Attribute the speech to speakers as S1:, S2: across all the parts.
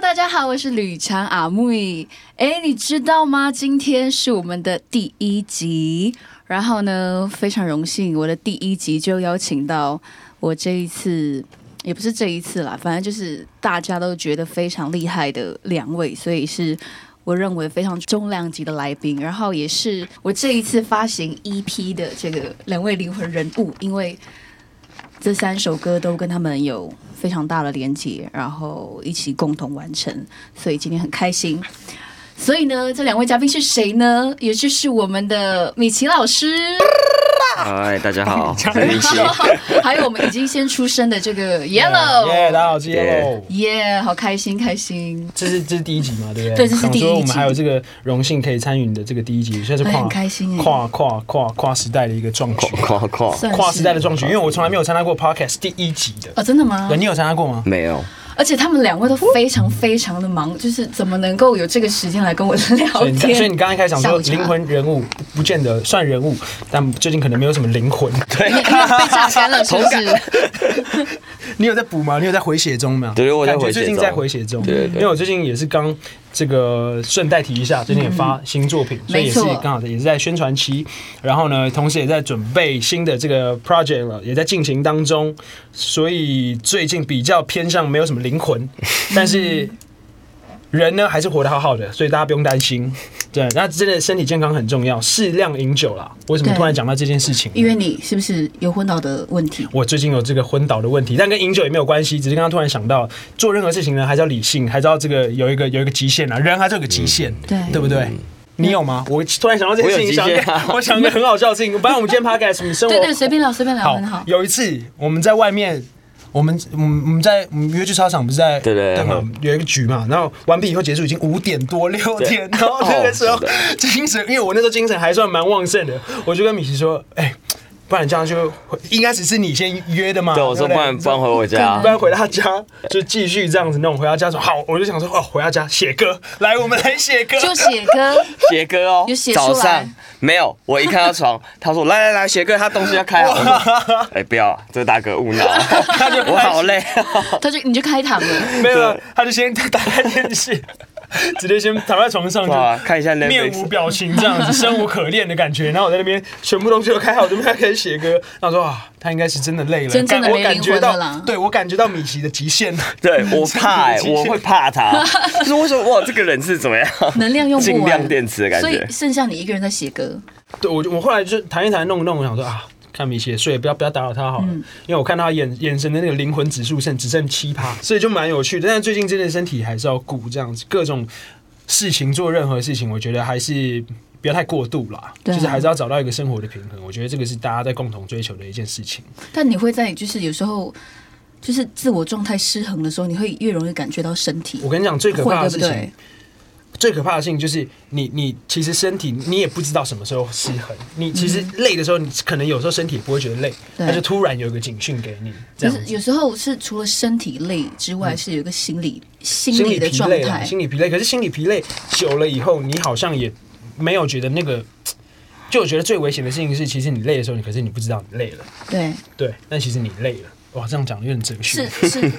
S1: 大家好，我是吕强阿木。哎，你知道吗？今天是我们的第一集，然后呢，非常荣幸，我的第一集就邀请到我这一次，也不是这一次啦，反正就是大家都觉得非常厉害的两位，所以是。我认为非常重量级的来宾，然后也是我这一次发行 EP 的这个两位灵魂人物，因为这三首歌都跟他们有非常大的连接，然后一起共同完成，所以今天很开心。所以呢，这两位嘉宾是谁呢？也就是我们的米奇老师，
S2: 嗨，大家 好，我是林奇。
S1: 还有我们已经先出生的这 个 Yellow，
S3: 耶，大家好，我是 Yellow。
S1: 耶好开心，开心，
S3: 这是这是第一集嘛，对不对？
S1: 对这是第一集
S3: 想说我们还有这个荣幸可以参与你的这个第一集，算是
S1: 哎
S3: 跨
S1: 很开心哎
S3: 跨跨跨跨时代的一个壮举，
S2: 夸夸
S1: 算是
S3: 跨时代的壮举，因为我从来没有参加过 podcast 第一集的。
S1: 哦，真的吗
S3: 对，？你有参加过吗？
S2: 没有，
S1: 而且他们两位都非常非常的忙，就是怎么能够有这个时间来跟我聊
S3: 所以你
S1: 哦天？
S3: 所以你刚才开始讲说
S1: 下午茶
S3: 灵 魂人物不不见得算人物，但最近可能没有什么灵魂。对
S1: 你你被榨干了是 不是？
S3: 你有在补吗？你有在回血中吗？
S2: 对对我在
S3: 感觉
S2: 回血
S3: 最近
S2: 中
S3: 在回血中。
S2: 对对对
S3: 因为我最近也是刚这个顺带提一下，最近也发新作品，所以也
S1: 嗯
S3: 是
S1: 没错
S3: 刚好也是在宣传期，然后呢，同时也在准备新的这个 project 了，也在进行当中，所以最近比较偏向没有什么 灵魂，但是。人呢还是活得好好的，所以大家不用担心。对，那真的身体健康很重要，适量饮酒啦。为什么
S1: 对
S3: 突然讲到这件事情呢？
S1: 因为你是不是有昏倒的问题？
S3: 我最近有这个昏倒的问题，但跟饮酒也没有关系，只是刚刚突然想到，做任何事情呢，还是要理性，还是要这个有一个有一个极限啊，人还是有个极限，
S1: 对
S3: 对不对？你有吗？我突然想到这件事情，
S2: 嗯我有
S3: 想
S2: 极限啊
S3: 一个我想一个很好笑的事情。反正我们今天 podcast 你生活
S1: 对对，随便聊，随便聊，很好。
S3: 有一次我们在外面，我们我们我们在我们约去操场，不是在
S2: 对对对
S3: 嘛
S2: 嗯，
S3: 有一个局嘛，然后完毕以后结束已经五点多六点，然后那个时候
S2: 哦
S3: 精神，因为我那时候精神还算蛮旺盛的，我就跟米奇说，哎。不然这样就会应该只是你先约的嘛。
S2: 对我说
S3: 不
S2: 不然啊不然回我家
S3: 不，然回到家就继续这样子弄。回到家说好，我就想说哦，回到家写歌，来我们来写歌。
S1: 就写歌，
S2: 写歌哦
S1: 有写，出来
S2: 早上没有，我一看 到床，他说来来来写歌，他东西要开好了，我说哎不要，这大 哥误闹， 我好累，
S1: 他就你就开膛了。
S3: 没有没有，他就先打开 电视，直接先躺在床上就
S2: 哇看一下
S3: 面无
S2: Netflix，
S3: 表情这样子，生无可恋的感觉。然后我在那边全部东西都开好，我这边还开始写歌。然后说啊，他应该是真的累了，
S1: 真正的
S3: 感
S1: 没
S3: 我感
S1: 灵魂
S3: 觉
S1: 了
S3: 到
S1: 啦，
S3: 对我感觉到米奇的极限了。
S2: 对我 怕哎，
S3: 极限
S2: 我会怕他，就是我说哇这个人是怎么样，
S1: 能量用不完，
S2: 尽量电池的感
S1: 所
S2: 觉
S1: 以，剩下你一个人在写歌，
S3: 对我就我后来就谈一谈弄一弄，我想说啊。看米奇也睡，不要不要打扰他好了，
S1: 嗯
S3: 因为我看他眼眼神的那个灵魂指数剩只剩七趴，所以就蛮有趣的。但是最近真的身体还是要顾，这样子各种事情做任何事情，我觉得还是不要太过度啦，
S1: 对啊
S3: 就是还是要找到一个生活的平衡。我觉得这个是大家在共同追求的一件事情。
S1: 但你会在就是有时候就是自我状态失衡的时候，你会越容易感觉到身体
S3: 我跟你讲，最可怕
S1: 会
S3: 的
S1: 对不
S3: 事情，
S1: 对？
S3: 最可怕的事情就是你，你其实身体你也不知道什么时候失衡。你其实累的时候，你可能有时候身体也不会觉得累，
S1: 嗯对
S3: 它就突然有一个警讯给你，这
S1: 就
S3: 样
S1: 是
S3: 子。
S1: 有时候是除了身体累之外，是有一个心理心
S3: 心
S1: 理
S3: 理
S1: 的
S3: 疲
S1: 状
S3: 累啦，
S1: 态，
S3: 心理疲累。可是心理疲累久了以后，你好像也没有觉得那个。就我觉得最危险的事情是，其实你累的时候，你可是你不知道你累了，
S1: 对，
S3: 对，但其实你累了。哇，这样讲有点哲学
S1: 是。是，是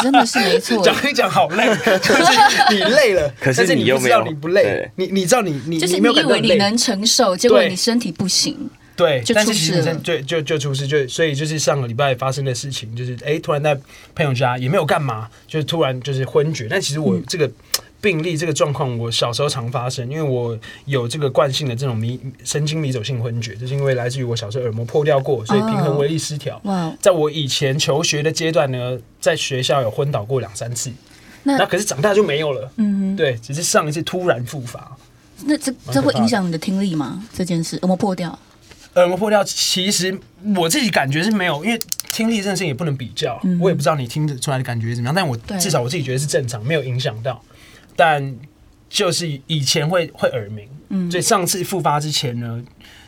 S1: 真的是没错。
S3: 讲一讲好累， 就是你累了，
S2: 可是
S3: 但是
S2: 你又
S3: 不知
S2: 没有
S3: 道你不累
S2: 对，
S3: 你你知道你你
S1: 就是
S3: 没
S1: 你
S3: 有
S1: 以
S3: 感到
S1: 为你
S3: 累
S1: 能承受，结果
S3: 对
S1: 你身体不行。
S3: 对，
S1: 就
S3: 但是
S1: 出
S3: 其
S1: 事
S3: 实
S1: 了
S3: 真就就就出事，就所以就是上个礼拜发生的事情，就是哎、突然在朋友家也没有干嘛，就是突然就是昏厥。但其实我
S1: 嗯
S3: 这个病例、这个状况，我小时候常发生，因为我有这个惯性的这种迷神经迷走性昏厥，就是因为来自于我小时候耳膜破掉过，所以平
S1: 哦
S3: 衡微力失调。
S1: 哇，
S3: 在我以前求学的阶段呢，在学校有昏倒过两三次，
S1: 那
S3: 那可是长大就没有了。
S1: 嗯，
S3: 对，只是上一次突然复发。
S1: 那这
S3: 蛮可怕的
S1: 这会影响你的听力吗？这件事有没有破掉？
S3: 耳膜破掉，其实我自己感觉是没有，因为听力这件事情也不能比较，我也不知道你听得出来的感觉是怎么样，但我
S1: 嗯对
S3: 至少我自己觉得是正常，没有影响到。但就是以前会会耳鸣，
S1: 嗯
S3: 所以上次复发之前呢，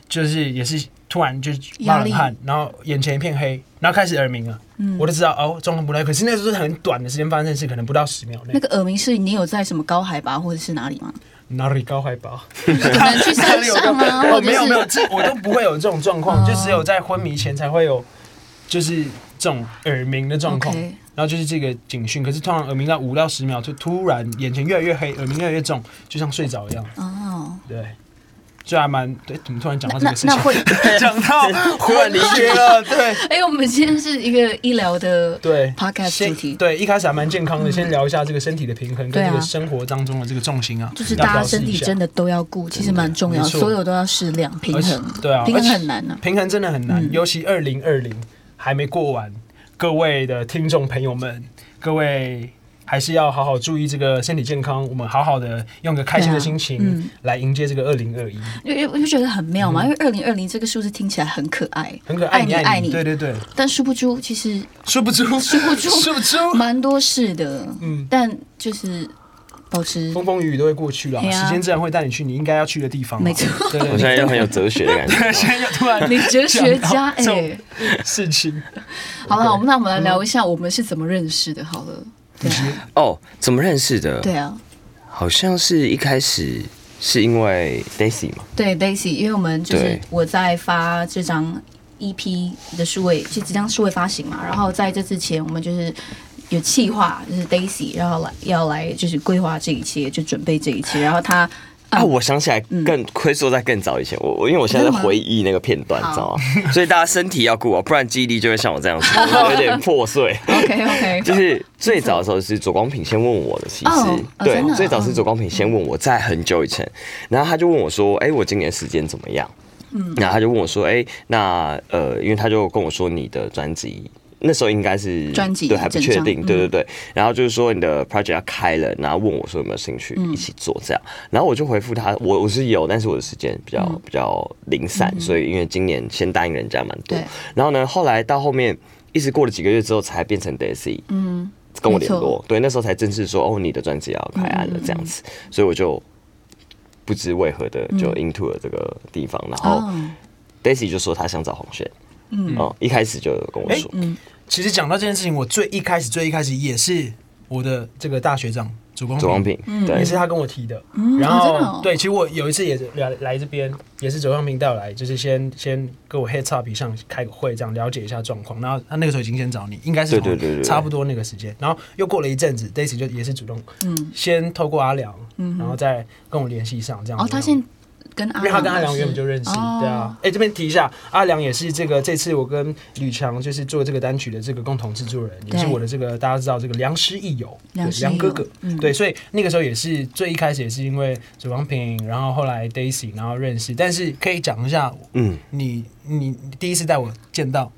S3: 就是也是突然就冒
S1: 压
S3: 冷
S1: 嗯
S3: 汗，然后眼前一片黑，然后开始耳鸣了，我就知道哦状况不对，可是那时候是很短的时间发生的事，可能不到十秒内
S1: 那。个耳鸣是你有在什么高海拔或者是哪里 吗？
S3: 哪里高海拔？
S1: 可能去山上啊，
S3: 哦，
S1: 或者
S3: 没有没有，
S1: 是
S3: 这我都不会有这种状况，
S1: 哦
S3: 就只有在昏迷前才会有，就是这种耳鸣的状况。
S1: OK。
S3: 然后就是这个警讯。可是通常耳鸣到五到十秒，就突然眼前越来越黑，耳鸣越来越重，就像睡着一样。
S1: 哦，
S3: 对，就还蛮对。怎么突然讲到这
S1: 那
S3: 个事
S1: 那
S3: 情？
S1: 会，
S3: 讲 到忽然离学了，对
S1: 哎，我们今天是一个医疗的
S3: 对。
S1: podcast 主
S3: 先
S1: 题，
S3: 对，一开始还蛮健康的，先聊一下这个身体的平衡
S1: 对
S3: 跟
S1: 啊
S3: 这个生活当中的这个重心啊，
S1: 就是大家身体真
S3: 的
S1: 的都要顾，其实蛮重要，
S3: 没错
S1: 所有都要适量平衡，
S3: 对啊，
S1: 平衡
S3: 而且
S1: 很难呢。
S3: 平衡真的很难，
S1: 嗯
S3: 尤其二零二零还没过完，各位的听众朋友们，各位还是要好好注意这个身体健康，我们好好的用个开心的心
S1: 对啊
S3: 情
S1: 嗯
S3: 来迎接这个二零二一，
S1: 因为我就觉得很妙嘛，因为二零二零这个数字听起来很可爱，
S3: 嗯很可爱，
S1: 爱你爱你
S3: 对 对对，
S1: 但殊不知其实
S3: 殊不知，殊
S1: 不知
S3: 殊 不知，
S1: 蛮多事的，
S3: 嗯，
S1: 但就是保持
S3: 风风雨雨都会过去啦，
S1: 对啊
S3: 时间自然会带你去你应该要去的地方啦，啊
S1: 没错
S3: 对 对
S2: 我现在
S3: 对，
S2: 又很有哲学的 感觉。
S3: 现在又突然
S1: 你哲学家哎、
S3: 讲到这种嗯事情，
S1: 好了，我们那我们来聊一下我们是怎么认识的，好了。 对啊，
S2: 哦，怎么认识的？
S1: 对啊，
S2: 好像是一开始是因为 Daisy 嘛，
S1: 对 Daisy，因为我们就是
S2: 对
S1: 我在发这张 EP 的数位，就这张数位发行嘛，然后在这之前，我们就是有企划，就是 Daisy，然后来要来就是规划这一切，就准备这一切，然后 他
S2: 啊，
S1: 嗯
S2: 我想起来更亏说在更早以前，我我因为我现在在回忆那个片段，
S1: 真
S2: 你
S1: 的
S2: 知道
S1: 吗
S2: 吗？ 所以大家身体要顾哦好，不然记忆力就会像我 这样子，我有点破碎。
S1: OK OK，
S2: 就是最早的时候是左光平先问我的，其实、
S1: 哦哦
S2: 对
S1: 真的，
S2: 最早是左光平先问我，在很久以前，然后他就问我说：“哎、我今年时间怎么样？”嗯，然后他就问我说：“哎、那呃，因为他就跟我说你的专辑。”那时候应该是
S1: 专辑
S2: 对还不
S1: 整
S2: 确
S1: 张
S2: 定，
S1: 嗯
S2: 对对对。然后就是说你的 project 要开了，然后问我说有没有兴趣
S1: 嗯
S2: 一起做这样。然后我就回复他，我我是有，但是我的时间比
S1: 嗯
S2: 较比较零散，所以因为今年先答应人家蛮多
S1: 对。
S2: 然后呢，后来到后面一直过了几个月之后，才变成 Daisy。
S1: 嗯，
S2: 跟我联
S1: 没
S2: 络
S1: 错，嗯
S2: 对，那时候才正式说哦，你的专辑要开案了这样子，所以我就不知为何的就 into 了这个地方，然后
S1: 哦，
S2: Daisy 就说她想找黄轩，嗯，哦，一开始就跟我说，
S3: 哎
S1: 嗯
S3: 其实讲到这件事情，我最一开始最一开始也是我的这个大学长左光
S2: 左光平，
S1: 嗯
S2: 对
S3: 也，是他跟我提的。然
S1: 哦
S3: 后、
S1: 真的哦
S3: 对，其实我有一次也是来来这边，也是左光平带我来，就是先先跟我 heads up 一下，开个会，这样了解一下状况。然后他那个时候已经先找你，应该是
S2: 对对对对对
S3: 差不多那个时间。然后又过了一阵子，Daisy 就也是主动，嗯，先透过阿良，然后再跟我联系上这样
S1: 嗯哦
S3: 子。，
S1: 他现在跟阿
S3: 因为他跟
S1: 郎
S3: 阿良
S1: 是
S3: 原本就认识，
S1: 哦
S3: 对啊。哎、这边提一下，阿良也是这个这次我跟吕强就是做这个单曲的这个共同制作人，也是
S1: 对
S3: 我的这个大家知道这个良师益友，对
S1: 良师益友
S3: 良哥哥，
S1: 嗯
S3: 对，所以那个时候也是最一开始也是因为左光平，然后后来 Daisy，然后认识，但是可以讲一下，
S2: 嗯，
S3: 你你你第一次带我见到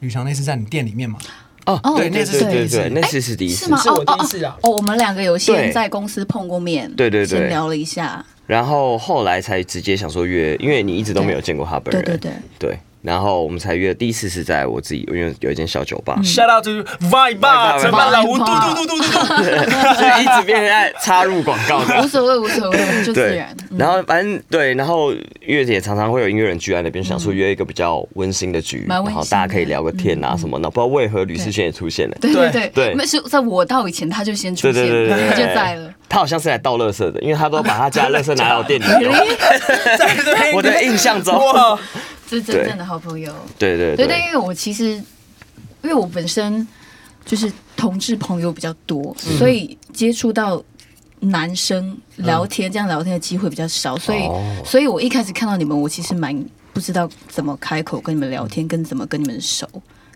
S3: 吕强那次在你店里面嘛，
S2: 哦，
S1: 哦
S2: 对，
S1: 对
S2: 那是
S1: 对
S2: 对
S3: 对
S2: 对，那次是第一
S1: 是
S2: 次
S1: 吗，？
S3: 是
S1: 哦
S3: 我第一次
S1: 哦
S3: 啊
S1: 哦，哦我们两个有
S2: 对
S1: 先在公司碰过面，
S2: 对对对
S1: 先聊了一下，
S2: 然后后来才直接想说约，因为你一直都没有见过他本
S1: 对
S2: 人，
S1: 对对，
S2: 对然后我们才约，第一次是在我自己，因为有一间小酒
S1: 嗯
S2: 吧，
S3: ，shout out to Vibe Bar，承办老吴，嘟嘟嘟嘟嘟嘟，
S2: 所以一直变成在插入广告 的
S1: 无所谓无所谓，就自
S2: 对
S1: 然。，嗯
S2: 然后反正对，然后月姐常常会有音乐人聚在那边，想说约一个比较温馨的局，
S1: 蛮温
S2: 然
S1: 馨的嗯
S2: 后大家可以聊个天啊什么的。不知道为何吕思萱也出现了，
S1: 对
S3: 对
S1: 对
S2: 对
S1: 没是在我到以前他就先出
S2: 对
S1: 现，
S2: 对对对，
S1: 他
S2: 对
S1: 就在了。。
S2: 他好像是来倒垃圾的，因为他都把他家垃圾拿到店里丢。
S3: 在这边
S2: 我的印象中，
S3: 哇，
S1: 这是真正的好朋友。
S2: 对 对
S1: 对，但
S2: 对，
S1: 因为我其实，因为我本身就是同志朋友比较多，
S2: 嗯
S1: 所以接触到男生聊天、这样聊天的机会比较少，所以，
S2: 哦
S1: 所以我一开始看到你们，我其实蛮不知道怎么开口跟你们聊天，跟怎么跟你们熟。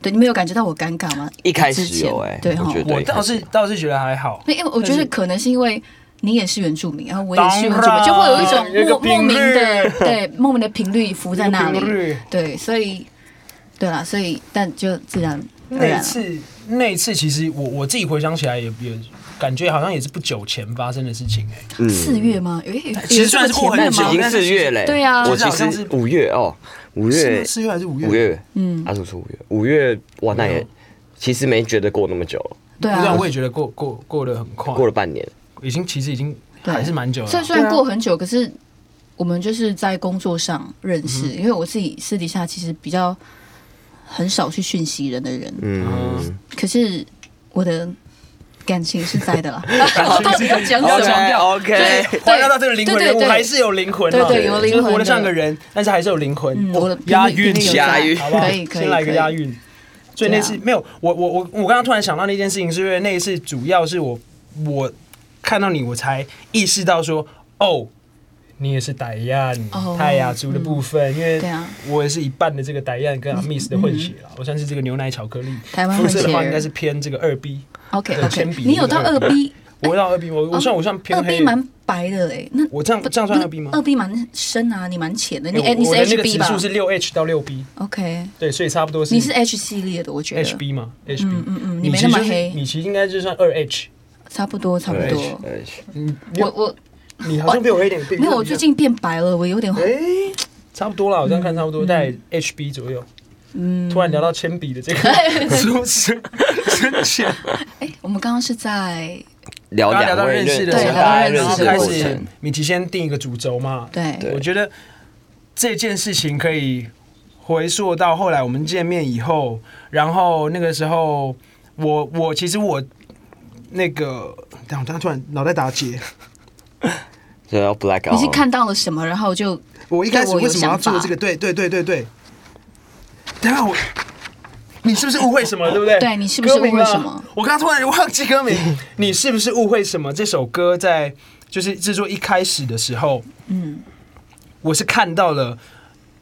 S1: 对，你们有感觉到我尴尬吗？
S2: 一开始
S1: 之前
S2: 有哎
S1: 对
S2: 我
S1: 哈
S2: 觉得，
S3: 我倒是倒是觉得还好。
S1: 那因为我觉得
S3: 但是
S1: 可能是因为你也是原住民，然后我也是原住
S3: 当
S1: 民，
S3: 然
S1: 就会有一
S3: 有一
S1: 种
S3: 个
S1: 莫莫
S3: 频率
S1: 名的对莫名的频率浮在那
S3: 有个频率
S1: 里，对，所以对啦，所以但就自然而
S3: 那一
S1: 然
S3: 次，那一次其实我我自己回想起来也也感觉好像也是不久前发生的事情哎、
S2: 嗯
S1: 四月吗？诶有
S3: 哎其实虽然是过
S1: 前
S3: 很
S1: 面
S3: 久
S1: 吗
S2: 已？经四月嘞。
S1: 对啊
S2: 我其
S3: 好像
S2: 实
S3: 是
S2: 五月哦，五月
S3: 是四月还是五月？
S2: 五月，啊
S1: 嗯
S2: 阿叔说五月，五月哇，那
S3: 没
S2: 也
S3: 有
S2: 其实没觉得过那么久了，
S1: 对
S3: 不然
S1: 啊
S3: 我，也觉得过过过得很快，
S2: 过了半年。
S3: 已经其实已经
S1: 对
S3: 还是蛮久了啊
S1: 所以
S3: 啦。
S1: 虽然过很久，可是我们就是在工作上认识，
S3: 嗯
S1: 因为我自己私底下其实比较很少去讯息人的人，
S3: 啊
S2: 嗯，
S1: 可是我的感情是在的啦。我到底要讲什么？
S2: OK，
S1: 对
S3: 回到到这个灵魂人
S1: 对对
S3: 物
S1: 对
S3: 还是有灵魂嘛，
S1: 对对有灵魂的
S3: 就是活得像个人，但是还是有灵魂
S1: 嗯。
S3: 哇
S1: 我的
S3: 押韵
S1: 频率有
S2: 押
S1: 在
S2: 韵
S3: 好不好？
S1: 可以可以
S3: 先来一
S1: 可
S3: 个
S1: 以
S3: 押韵。所以
S1: 对
S3: 那
S1: 啊
S3: 次、没有我我我我刚刚突然想到那件事情，是因为那一次主要是我我看到你，我才意识到说哦。你也是傣亚
S1: 哦
S3: 泰雅族的部分，因为
S1: 对啊嗯
S3: 我也是一半的这个傣亚跟阿 miss 的混血啦，我算是这个牛奶巧克力。
S1: 台湾
S3: 肤色
S1: 混
S3: 的
S1: 血
S3: 话
S1: 儿
S3: 应该是偏这个二 B，
S1: OK
S3: 对铅
S1: OK，
S3: 笔
S1: 你有到二 B，哦
S3: 我到二 B，我我算我算
S1: 二
S3: 偏
S1: B
S3: 黑，
S1: 蛮白的哎、那
S3: 我这样这样算二 B 吗？
S1: 二 B 蛮深啊，你蛮浅的，你哎、
S3: 我
S1: 你是
S3: 我的那
S1: H
S3: 个
S1: B
S3: 指
S1: 吧
S3: 数是六 H 到六 B，
S1: ？OK，
S3: 对，所以差不多
S1: 你是 H 系列的，我觉得
S3: HB 嘛，HB，
S1: 嗯嗯嗯，你
S3: 米
S1: 没
S3: 奇
S1: 那么
S3: 就是
S1: 黑，
S3: 米奇应该就算二 H，
S1: 差不多差不多。
S3: 嗯，你
S1: 我我
S3: 你好像比我黑一点，
S1: 没有，我最近变白了，我有点
S3: 哎，差不多啦，我这样看差不多在 HB 左右。
S1: 嗯，
S3: 突然聊到铅笔 的这个出生真相，
S1: 哎、我们刚刚是在
S2: 聊
S3: 刚
S2: 两
S3: 刚聊到
S2: 位
S3: 认识的
S1: 对
S3: 时候，
S1: 聊到
S2: 大家
S1: 认识的
S2: 认识的
S3: 然后
S2: 过
S3: 开始
S2: 程，
S3: 米奇先定一个主轴嘛，
S1: 对
S2: 对
S3: 我觉得这件事情可以回溯到后来我们见面以后，然后那个时候我我其实我那个，等我刚突然脑袋打结，
S2: 就要 black out。
S1: 你是看到了什么，然后就
S3: 我一开始
S1: 对我有
S3: 为什么要做
S1: 想法
S3: 这个？对对对对对，等一下我。 你是不是误会什么？对不对？
S1: 对你是不是
S3: 歌名啊
S1: 误会什么？
S3: 我刚刚突然忘记 歌名。你是不是误会什么？这首歌在就是制作一开始的时候，
S1: 嗯
S3: 我是看到了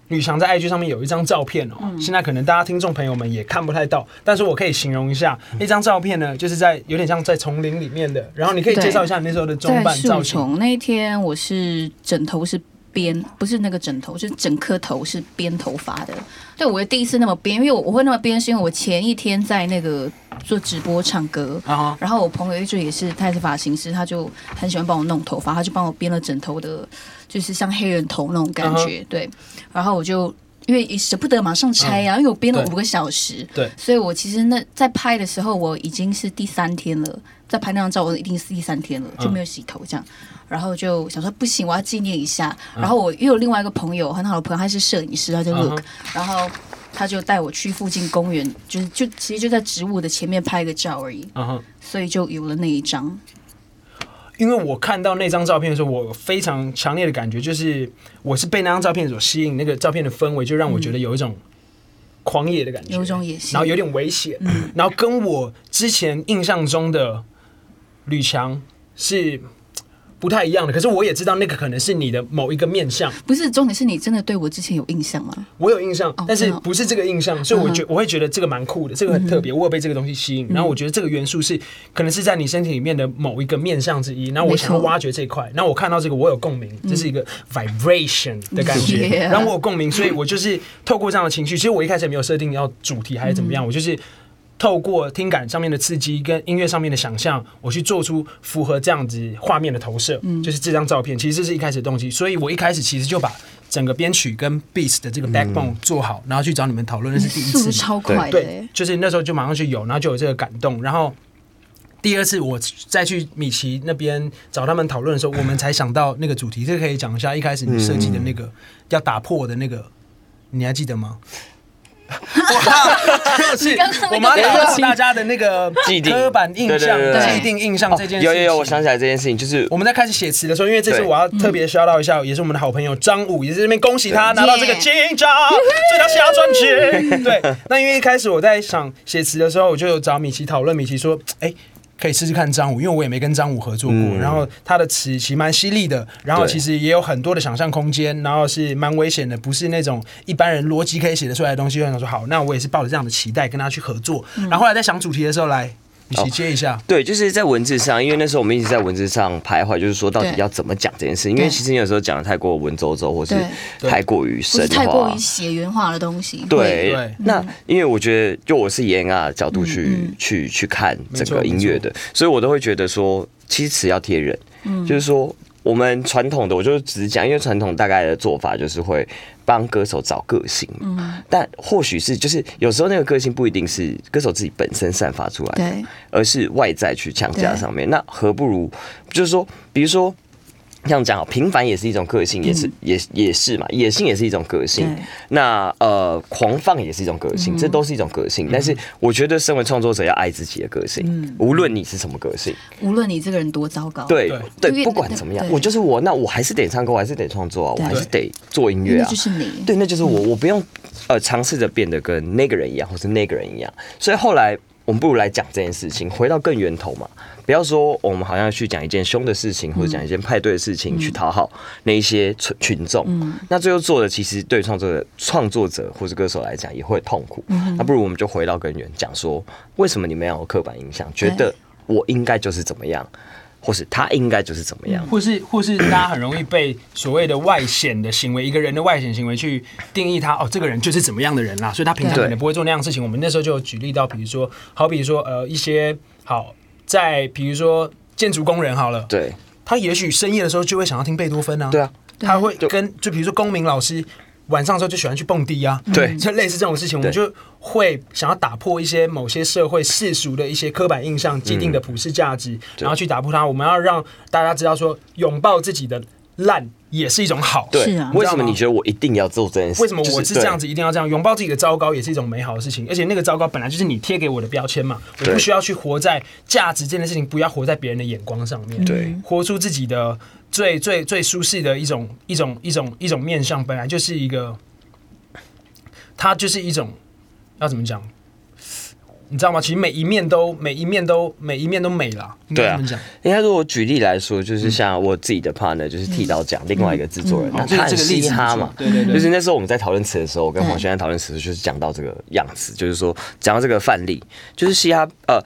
S3: 吕翔在 IG 上面有一张照片哦、
S1: 嗯
S3: 现在可能大家听众朋友们也看不太到，但是我可以形容一下，
S1: 嗯
S3: 那张照片呢，就是在有点像在丛林里面的，然后你可以
S1: 对
S3: 介绍一下你那时候的装
S1: 在
S3: 扮造
S1: 树
S3: 型。
S1: 丛那一天，我是枕头是编，不是那个枕头，是整颗头是编头发的。对，我第一次那么编，因为我我会那么编，是因为我前一天在那个做直播唱歌。
S3: 啊哈，
S1: 然后我朋友就也是，他也是发型师，他就很喜欢帮我弄头发，他就帮我编了枕头的，就是像黑人头那种感
S3: 嗯
S1: 觉。对，然后我就因为也舍不得马上拆啊呀、因为我编了
S3: 对
S1: 五个小时，
S3: 嗯对
S1: 所以我其实那在拍的时候，我已经是第三天了，在拍那张照，我一定是第三天了，
S3: 嗯
S1: 就没有洗头这样。然后就想说不行，我要纪念一下。然后我又有另外一个朋友，很好的朋友，他是摄影师，他叫 Look，、
S3: 嗯嗯哼
S1: 然后他就带我去附近公园，就是就其实就在植物的前面拍个照而已，
S3: 啊哈。
S1: 所以就有了那一张。
S3: 因为我看到那张照片的时候，我有非常强烈的感觉就是，我是被那张照片所吸引，那个照片的氛围就让我觉得有一种狂野的感觉，
S1: 有一种野嗯性
S3: 然后有点危险，然后跟我之前印象中的吕强是嘖不太一样的。可是我也知道那个可能是你的某一个面相，
S1: 不是重点是你真的对我之前有印象吗？
S3: 我有印象
S1: 哦，
S3: 但是
S1: 真的哦嗯
S3: 不是这个印象，所以我觉我会觉得这个蛮酷的，这个很特别，我有被这个东西吸引。然后我觉得这个元素是可能是在你身体里面的某一个面向之一，然后我想要
S1: 没错
S3: 挖掘这一块，然后我看到这个我有共鸣，这是一个 vibration 的感觉，
S1: 嗯 Yeah
S3: 然后我有共鸣，所以我就是透过这样的情绪，其实我一开始也没有设定要主题还是怎么样，我就是。透过听感上面的刺激跟音乐上面的想象，我去做出符合这样子画面的投射，就是这张照片，其实这是一开始的动机。所以我一开始其实就把整个编曲跟 beats 的这个 backbone 做好，然后去找你们讨论，那是第一
S1: 速度
S3: 次。
S1: 超快的、
S3: 对
S1: 欸，，
S3: 就是那时候就马上就有，然后就有这个感动，然后。第二次我再去米奇那边找他们讨论的时候，我们才想到那个主题。这个可以讲一下，一开始你设计的那个要打破的那个，你还记得 吗？哇，就是
S1: 刚刚那个
S3: 我们要
S1: 表
S3: 打破大家的那个
S2: 既定
S3: 刻板印
S2: 对对
S3: 象、
S2: 对哦
S1: 对对
S3: 既定印象这件事情。
S2: 有有有，我想起来这件事情，就是
S3: 我们在开始写词的时候，因为这次
S2: 对嗯
S3: 我要特别 shout out 一下，也是我们的好朋友张武，也在这边恭喜他
S1: 对
S3: 拿到这个
S1: Yeah
S3: 金奖，最佳嘻哈专辑。 对，那因为一开始我在想写词的时候，我就有找米奇讨论，米奇说，哎。可以试试看张武，因为我也没跟张武合作过。
S2: 嗯
S3: 然后他的词其实蛮犀利的，然后
S2: 对
S3: 其实也有很多的想象空间，然后是蛮危险的，不是那种一般人逻辑可以写得出来的东西。我想说，好，那我也是抱着这样的期待跟他去合作。然后后来在想主题的时候，来米奇
S2: 哦
S3: 接一下。
S2: 对，就是在文字上，因为那时候我们一直在文字上徘徊，就是说到底
S1: 对
S2: 要怎么讲这件事，因为
S1: 对
S2: 其实你有时候讲的太过文绉绉，或是
S3: 对
S2: 太过于
S1: 不
S2: 神
S1: 是太过
S2: 话
S1: 于。写原画的东西。会
S2: 对，
S3: 对
S2: 那因为我觉得，就我是以 N R 的角度去、
S1: 嗯嗯
S2: 去去看整个
S3: 没错
S2: 音乐的，所以我都会觉得说，其实词要贴人，
S1: 嗯
S2: 就是说我们传统的，我就只是讲，因为传统大概的做法就是会帮歌手找个性嘛，
S1: 嗯
S2: 但或许是就是有时候那个个性不一定是歌手自己本身散发出来的，
S1: 对
S2: 而是外在去强加上面。那何不如就是说，比如说。这样讲好，平凡也是一种个性，也是、也也是嘛，野性也是一种个性
S1: 嗯对。嗯
S2: 那呃，狂放也是一种个性，这都是一种个性。但是我觉得，身为创作者要爱自己的个性，
S1: 嗯
S2: 无论你是什么个性，
S1: 无论你这个人多糟糕，
S2: 对
S1: 哦对
S2: 对，不管怎么样，
S1: 对
S2: 我就是我，那我还是得唱歌，我还是得创作啊，我
S1: 对
S2: 还是得做音乐
S1: 那
S2: 啊
S1: 就。是你。
S2: 对，那就是我，我不用呃尝试着变得跟那个人一样，或是那个人一样。所以后来我们不如来讲这件事情，回到更源头嘛，不要说我们好像去讲一件凶的事情，或者讲一件派对的事情，去讨好那一些群群众。那最后做的其实对创作者、创作者或是歌手来讲也会痛苦。那不如我们就回到根源，讲说为什么你们要有刻板印象，觉得我应该就是怎么样，或是他应该就是怎么样。
S3: 或是或是大家很容易被所谓的外显的行为，一个人的外显行为去定义他哦，这个人就是怎么样的人啦，所以他平常
S2: 对
S3: 可能不会做那样的事情。我们那时候就有举例到，比如说，好比说呃一些好在比如说建筑工人好了，
S2: 对
S3: 他也许深夜的时候就会想要听贝多芬啊，
S2: 对啊，
S3: 他会跟就比如说公民老师晚上的时候就喜欢去蹦迪啊，
S2: 对
S3: 就类似这种事情，我们
S2: 对
S3: 就会想要打破一些某些社会世俗的一些刻板印象、既定的普世价
S2: 嗯
S3: 值，然后去打破它。我们要让大家知道说，拥抱自己的烂也是一种好。
S1: 是
S2: 对
S1: 啊，
S2: 为什么你觉得我一定要做这件事？
S3: 为什么我
S2: 就是对
S3: 这样子，一定要这样？拥抱自己的糟糕也是一种美好的事情，而且那个糟糕本来就是你贴给我的标签嘛，我
S2: 对
S3: 不需要去活在价值这件事情，不要活在别人的眼光上面，嗯
S2: 对，
S3: 活出自己的最最最舒适的一种一种一种一种面向，本来就是一个，它就是一种要怎么讲？你知道吗？其实每一面都每一面都每一面都美啦，应该
S2: 对啊
S3: 这么讲。嗯
S2: 应该说，我举例来说，就是像我自己的 partner，就是剃刀讲另外一个制作人，那啊
S3: 哦这个
S2: 他很
S3: 这个例
S2: 嘻
S3: 子不
S2: 哈
S3: 错
S2: 嘛，
S3: 对对对
S2: 就是那时候我们在讨论词的时候，我跟黄轩在讨论词的时候，就是讲到这个样子，就是说讲到这个范例，就是嘻哈呃。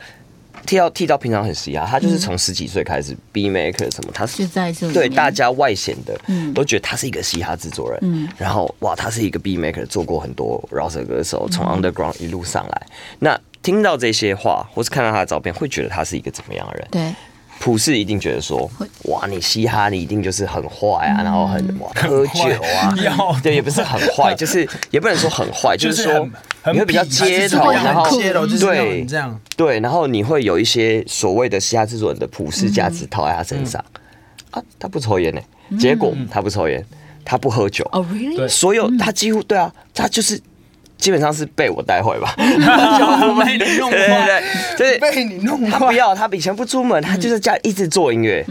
S2: 剃刀剃刀平常很嘻哈，他
S3: 嗯
S2: 就是从十几岁开始，B maker 什么，他是
S1: 就在这里
S2: 对
S1: 面
S2: 大家外显的，
S1: 嗯
S2: 都觉得他是一个嘻哈制作人，
S3: 嗯
S2: 然后哇，他是一个 B maker，做过很多饶舌歌
S3: 嗯
S2: 手，从 underground 一路上来。那听到这些话，或是看到他的照片，会觉得他是一个怎么样的人？
S1: 对
S2: 普世一定觉得说，哇，你嘻哈，你一定就是很坏啊，然后很哇喝酒啊
S3: 要，
S2: 对，也不是很 坏，就是也不能说很坏，就是
S3: 是
S2: 说
S3: 很很
S2: 你会比较
S3: 痞啊
S2: 街
S3: 就是
S2: 头，
S3: 很
S2: 然后
S3: 街头就是那种
S2: 对
S3: 你 这样。
S2: 对，然后你会有一些所谓的嘻哈制作人的普世价值套在他身上
S3: 嗯
S2: 啊，他不抽烟呢，结果他不抽烟，他不喝酒，
S1: 哦、r e a l l
S3: 对
S1: y
S2: 所有他几乎对啊，他就是基本上是被我带坏 吧，
S3: 被你弄
S2: 对对
S3: 坏，
S2: 对，就是
S3: 被你弄
S2: 他
S3: 坏。
S2: 不要，他以前不出门，他就在家一直做音乐。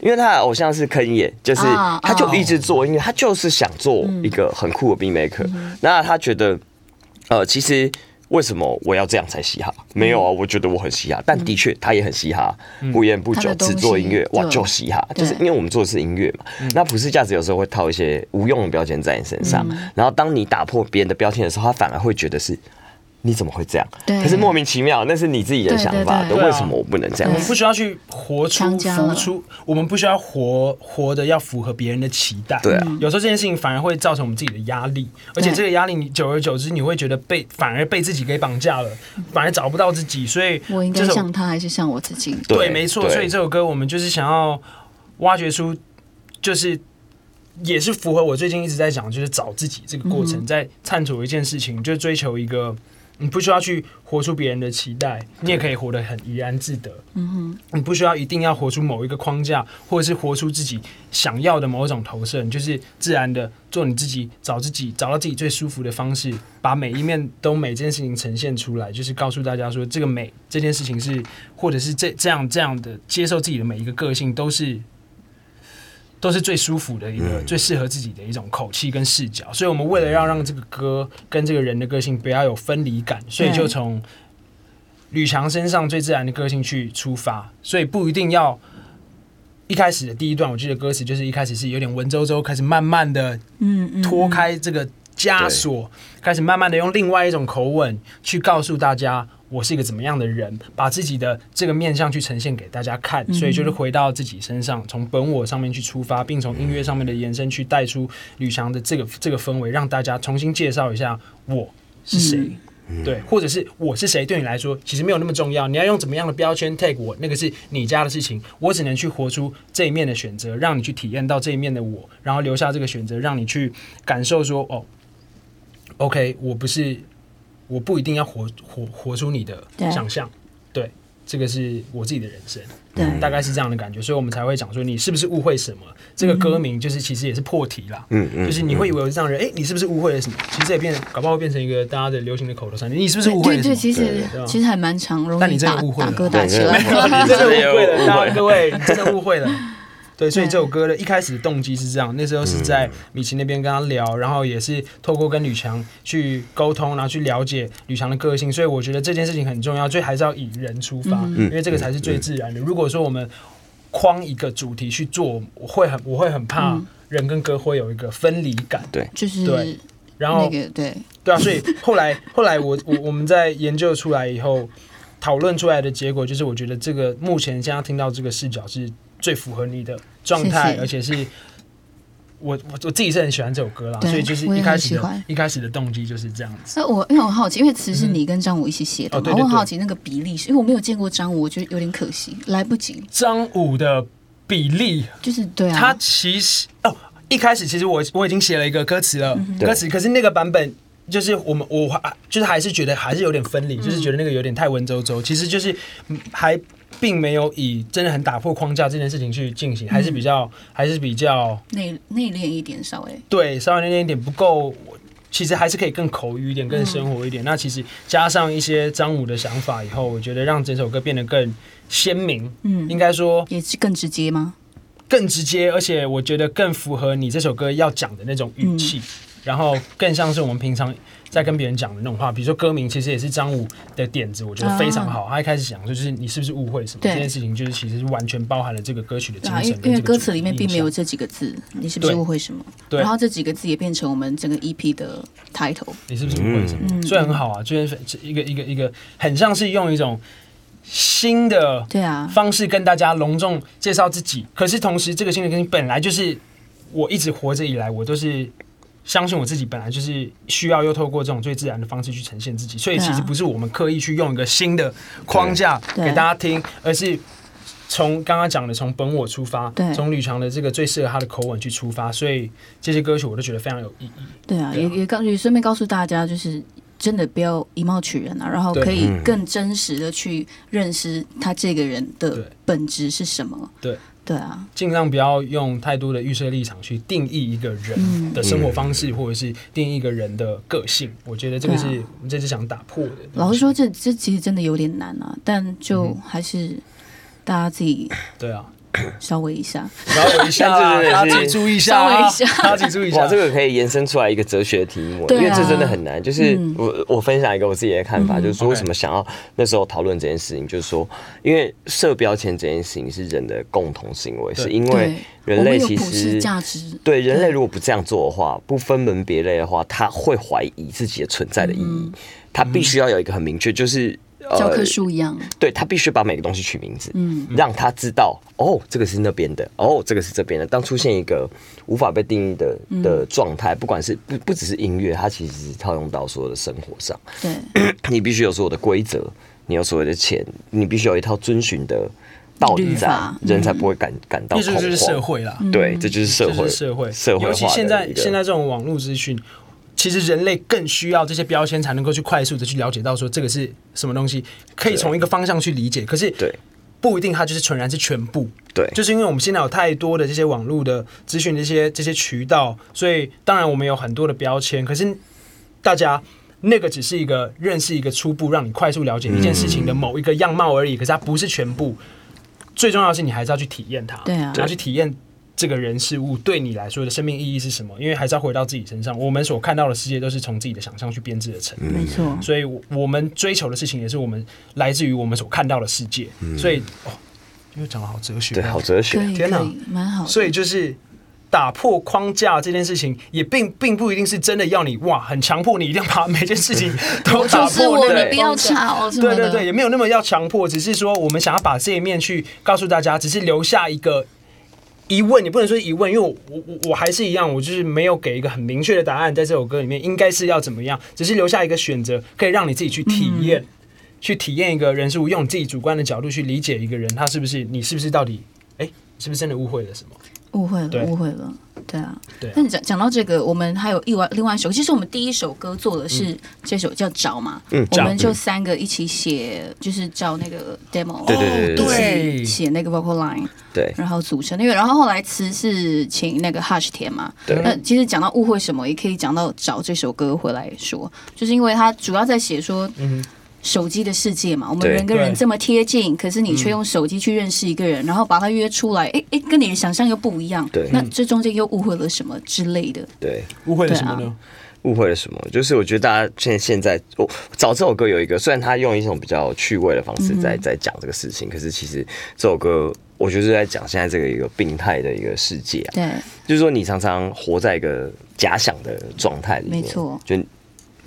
S2: 因为他的偶像是坑爷，就是
S1: 啊
S2: 他就一直做音乐，他就是想做一个很酷的 beat maker。那他觉得，呃，其实为什么我要这样才嘻哈？没有啊，我觉得我很嘻哈，但的确他也很嘻哈，不烟不
S1: 他
S2: 酒，
S1: 的东西
S2: 只做音乐，哇，
S1: 对
S2: 就嘻哈。
S1: 对
S2: 就是因为我们做的是音乐嘛，那普世价值有时候会套一些无用的标签在你身上，然后当你打破别人的标签的时候，他反而会觉得是。你怎么会这样？
S1: 对
S2: 可是莫名其妙，那是你自己的
S1: 对对
S2: 想法
S1: 对
S2: 的。
S3: 对啊
S2: 为什么我不能这样
S3: 我？们不需要去活出、
S1: 强加了
S3: 付出，我们不需要活活的要符合别人的期待。
S2: 对
S1: 嗯
S2: 啊，
S3: 有时候这件事情反而会造成我们自己的压力，而且这个压力你久而久之你会觉得被反而被自己给绑架了，反而找不到自己，所以
S1: 我应该
S3: 这首
S1: 像他还是像我自己？
S2: 对
S3: 对，没错。
S2: 对
S3: 所以这首歌我们就是想要挖掘出，就是也是符合我最近一直在讲，就是找自己这个过
S1: 嗯
S3: 程，在探索一件事情，就追求一个。你不需要去活出别人的期待，你也可以活得很怡然自得。嗯哼，你不需要一定要活出某一个框架，或者是活出自己想要的某一种投射，你就是自然的做你自己，找自己，找到自己最舒服的方式，把每一面都每件事情呈现出来，就是告诉大家说，这个美这件事情是，或者是这这样这样的接受自己的每一个个性都是。都是最舒服的一个、最适合自己的一种口气跟视角，所以我们为了要让这个歌跟这个人的个性不要有分离感，所以
S1: 对
S3: 就从吕强身上最自然的个性去出发，所以不一定要一开始的第一段，我记得歌词就是一开始是有点文绉绉，开始慢慢的
S1: 嗯嗯，
S3: 脱开这个枷锁，开始慢慢的用另外一种口吻去告诉大家我是一个怎么样的人，把自己的这个面相去呈现给大家看，
S1: 嗯
S3: 所以就是回到自己身上，从本我上面去出发，并从音乐上面的延伸去带出吕强的这个这个氛围，让大家重新介绍一下我是谁。
S1: 嗯
S2: 嗯
S3: 对，或者是我是谁，对你来说其实没有那么重要。你要用怎么样的标签 tag 我，那个是你家的事情。我只能去活出这一面的选择，让你去体验到这一面的我，然后留下这个选择，让你去感受说，哦，OK，我不是，我不一定要活活活出你的
S1: 对
S3: 想象。对，这个是我自己的人生，
S1: 对
S3: 大概是这样的感觉，所以我们才会讲说你是不是误会什么？这
S1: 嗯
S3: 个歌名就是其实也是破题啦，
S2: 嗯嗯
S3: 就是你会以为我是这样的人，哎、你是不是误会了什么？其实也变，搞不好会变成一个大家的流行的口头禅，你是不是误
S1: 对
S3: 会了什
S1: 对，
S3: 么？
S1: 其实
S3: 对啊
S1: 其实还蛮常容
S3: 但
S1: 易
S3: 你真
S1: 打
S3: 的误会
S1: 打啊
S3: 了
S1: 疙瘩起来。
S2: 对
S3: 你真的误会
S2: 有
S3: 了，
S2: 误
S3: 大
S2: 会
S3: 家各位你真的误会了。对，所以这首歌的一开始的动机是这样，那时候是在米奇那边跟他聊，然后也是透过跟吕强去沟通，然后去了解吕强的个性，所以我觉得这件事情很重要，所以还是要以人出发，
S1: 嗯
S3: 因为这个才是最自然的。如果说我们框一个主题去做，我会很我会很
S1: 嗯
S3: 怕人跟歌会有一个分离感，
S1: 就是
S3: 对然后
S1: 那个对，
S3: 对啊，所以后来 后来我我我们在研究出来以后，讨论出来的结果就是，我觉得这个目前现在听到这个视角是最符合你的状态，
S1: 谢谢
S3: 而且是。我我我自己是很喜欢这首歌啦，
S1: 对
S3: 所以就是
S1: 我也
S3: 一
S1: 很
S3: 开始
S1: 喜欢
S3: 的一开始的动机就是这样子。
S1: 那我因为我好奇，因为词是你跟张武一起写的
S3: 嗯哦
S1: 嘛，
S3: 对对
S1: 我很
S3: 对
S1: 好奇那个比例，是因为我没有见过张武，我觉得有点可惜，来不及，
S3: 张武的比例，
S1: 就是对
S3: 他
S1: 啊，
S3: 其实哦，一开始其实我我已经写了一个歌词了，歌词，可是那个版本。就是我们，我还就是还是觉得还是有点分离，就是觉得那个有点太文绉绉。其实就是嗯还并没有以真的很打破框架这件事情去进行，还是比较还是比较
S1: 内内敛一点，稍微
S3: 对，稍微那一点不够，我其实还是可以更口语一点，更生活一点。那其实加上一些张武的想法以后，我觉得让整首歌变得更鲜明。
S1: 嗯
S3: 应该说
S1: 也是更直接吗？
S3: 更直接，而且我觉得更符合你这首歌要讲的那种语
S1: 嗯
S3: 气，然后更像是我们平常在跟别人讲的那种话。比如说歌名，其实也是张武的点子，我觉得非常好。他一开始讲说，就是你是不是误会什么
S1: 啊对
S3: 这件事情，就是其实是完全包含了这个歌曲的
S1: 对
S3: 精
S1: 啊，因
S3: 神跟
S1: 因
S3: 这个主题的印象。
S1: 为歌词里面并没有这几个字，你是不是
S3: 对
S1: 误会什么？
S3: 对
S1: 然后这几个字也变成我们整个 EP 的 title，
S3: 你是不是误会什么？
S1: 嗯
S3: 所以很好啊，就是一个一个一个，很像是用一种新的
S1: 对啊，
S3: 方式跟大家隆重介绍自己。可是同时，这个心理更新本来就是我一直活着以来，我都是相信我自己，本来就是需要又透过这种最自然的方式去呈现自己。所以
S1: 对啊
S3: 其实不是我们刻意去用一个新的框架
S1: 对
S3: 给大家听，而是。从刚刚讲的，从本我出发
S1: 对，
S3: 从吕强的这个最适合他的口吻去出发，所以这些歌曲我都觉得非常有意义。
S1: 对啊，
S3: 对
S1: 也
S3: 啊
S1: 也告也顺便告诉大家，就是真的不要以貌取人啊，然后
S3: 对
S1: 可以更真实的去认识他这个人的
S3: 对
S1: 本质是什么。
S3: 对
S1: 对啊，
S3: 尽量不要用太多的预设立场去定义一个人的生活方式，或者是定义一个人的个性。我觉得这个是
S1: 对啊
S3: 我们这次想打破的。
S1: 老实说这，这其实真的有点难啊，但
S3: 嗯
S1: 就还是大家自己
S3: 对啊，
S1: 稍微一下，
S3: 然后有一 下啦，
S2: 这真的是
S3: 大家自己注意一下啊，
S1: 稍微一
S3: 大家自己注意一下。
S2: 哇，这个可以延伸出来一个哲学题目，
S1: 对啊
S2: 因为这真的很难。就是
S1: 嗯
S2: 我、我分享一个我自己的看法，就是说
S3: OK
S2: 为什么想要那时候讨论这件事情，就是说，因为设标签这件事情是人的共同行为，
S3: 对
S2: 是因为
S1: 对，
S2: 人
S1: 我
S2: 类
S1: 们有
S2: 其
S1: 普世
S2: 实
S1: 价值，
S2: 对人类如果不这样做的话，不分门别类的话，他会怀疑自己的存在的意义，他必须要有一个很明确，就是。
S1: 嗯
S2: 呃
S1: 教科书一样，
S2: 对他必须把每个东西取名字，
S1: 嗯
S2: 让他知道哦，这个是那边的，哦，这个是这边的。当出现一个无法被定义的
S1: 嗯
S2: 的状态，不管是不不只是音乐，它其实是套用到所有的生 活上，
S1: 对，
S2: 你必须有所有的规则，你有所有的钱，你必须有一套遵循的道理
S1: 律
S2: 在
S1: 法，嗯
S2: 人才不会感感到
S3: 艺
S2: 恐
S3: 术就是社
S2: 慌。
S3: 会啦，
S2: 对，这就是社
S3: 这就
S2: 会，
S3: 是社会，
S2: 社会
S3: 尤其
S2: 化的
S3: 现在
S2: 一个
S3: 现在这种网络资讯。其实人类更需要这些标签，才能够去快速的去了解到说这个是什么东西，可以从一个方向去理解。可是
S2: 对
S3: 不一定它就是纯然是全部，
S2: 对，
S3: 就是因为我们现在有太多的这些网络的资讯、这些这些渠道，所以当然我们有很多的标签，可是大家。那个只是一个认识一个初步，让你快速了解一件事情的某一个样貌而已。可是它不是全部，最重要的是你还是要去体验它，
S1: 对啊
S3: 然后去体验这个人事物对你来说的生命意义是什么。因为还是要回到自己身上，我们所看到的世界都是从自己的想象去编织而成。
S1: 没错，
S3: 所以我我们追求的事情也是我们来自于我们所看到的世界。所以哦，又讲的好哲学哦，
S2: 对，好哲
S1: 可
S2: 学，
S1: 以，
S3: 天哪
S1: 可以，蛮好的，
S3: 所以就是打破框架这件事情，也并并不一定是真的要你哇，很强迫你一定要把每件事 情都打
S1: 就是
S3: 破
S1: 我，
S3: 对
S1: 你不要吵什么
S3: 对
S1: 的，
S3: 对对，也没有那么要强迫，只是说我们想要把这一面去告诉大家，只是留下一个疑问，也不能说疑问，因为我我我我还是一样，我就是没有给一个很明确的答案，在这首歌里面应该是要怎么样，只是留下一个选择，可以让你自己去体验。
S1: 嗯
S3: 去体验一个人事物，用你自己主观的角度去理解一个人，他是不是你是不是到底，哎、是不是真的误会了什么？
S1: 误会了，
S3: 对
S1: 误会了，对啊，
S3: 对啊
S1: 那你讲讲到这个，我们还有一外另外一首，其实我们第一首歌做的是这首叫《找》嘛，
S2: 嗯
S1: 我们
S3: 嗯找
S1: 就三个一起写，就是照那个 demo，
S2: 对
S1: 一
S2: 对对对
S3: 对
S1: 起写那个 vocal line，
S2: 对
S1: 然后组成那个，然后后来词是请那个 Hush 填嘛。
S2: 对
S1: 那其实讲到误会什么，也可以讲到找这首歌回来说，就是因为它主要在写说
S3: 嗯，
S1: 手机的世界嘛，我们
S2: 对
S1: 人跟人
S3: 对
S1: 这么贴近，可是你却用手机去认识一个人，然后把他约出来，诶诶，跟你的想象又不一样。
S2: 对
S1: 那这中间又误会了什么之类的？
S2: 对，
S3: 误会了什么
S1: 对啊
S3: 呢？
S2: 误会了什么？就是我觉得大家现现在，我、找这首歌有一个，虽然他用一种比较趣味的方式在、
S1: 嗯
S2: 在讲这个事情，可是其实这首歌。我觉得是在讲现在这个一个病态的一个世界啊，
S1: 对，
S2: 就是说你常常活在一个假想的状态里面，
S1: 没错
S2: 就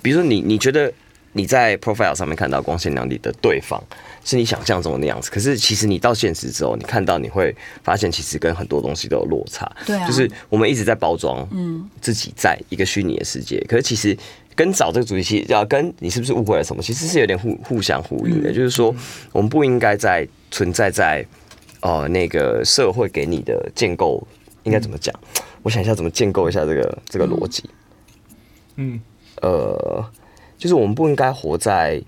S2: 比如说你你觉得你在 profile 上面看到光鲜亮丽的对方是你想象中的那样子，可是其实你到现实之后，你看到你会发现其实跟很多东西都有落差，
S1: 对啊
S2: 就是我们一直在包装，嗯，自己在一个虚拟的世界，可是其实。跟找这个主题，其实要跟你是不是误会了什么，其实是有点互互相呼应的。
S1: 嗯
S2: 就是说，我们不应该在存在在呃那个社会给你的建构，应该怎么讲？我想一下怎么建构一下这个这个逻辑。
S3: 嗯，
S2: 呃，就是我们不应该活在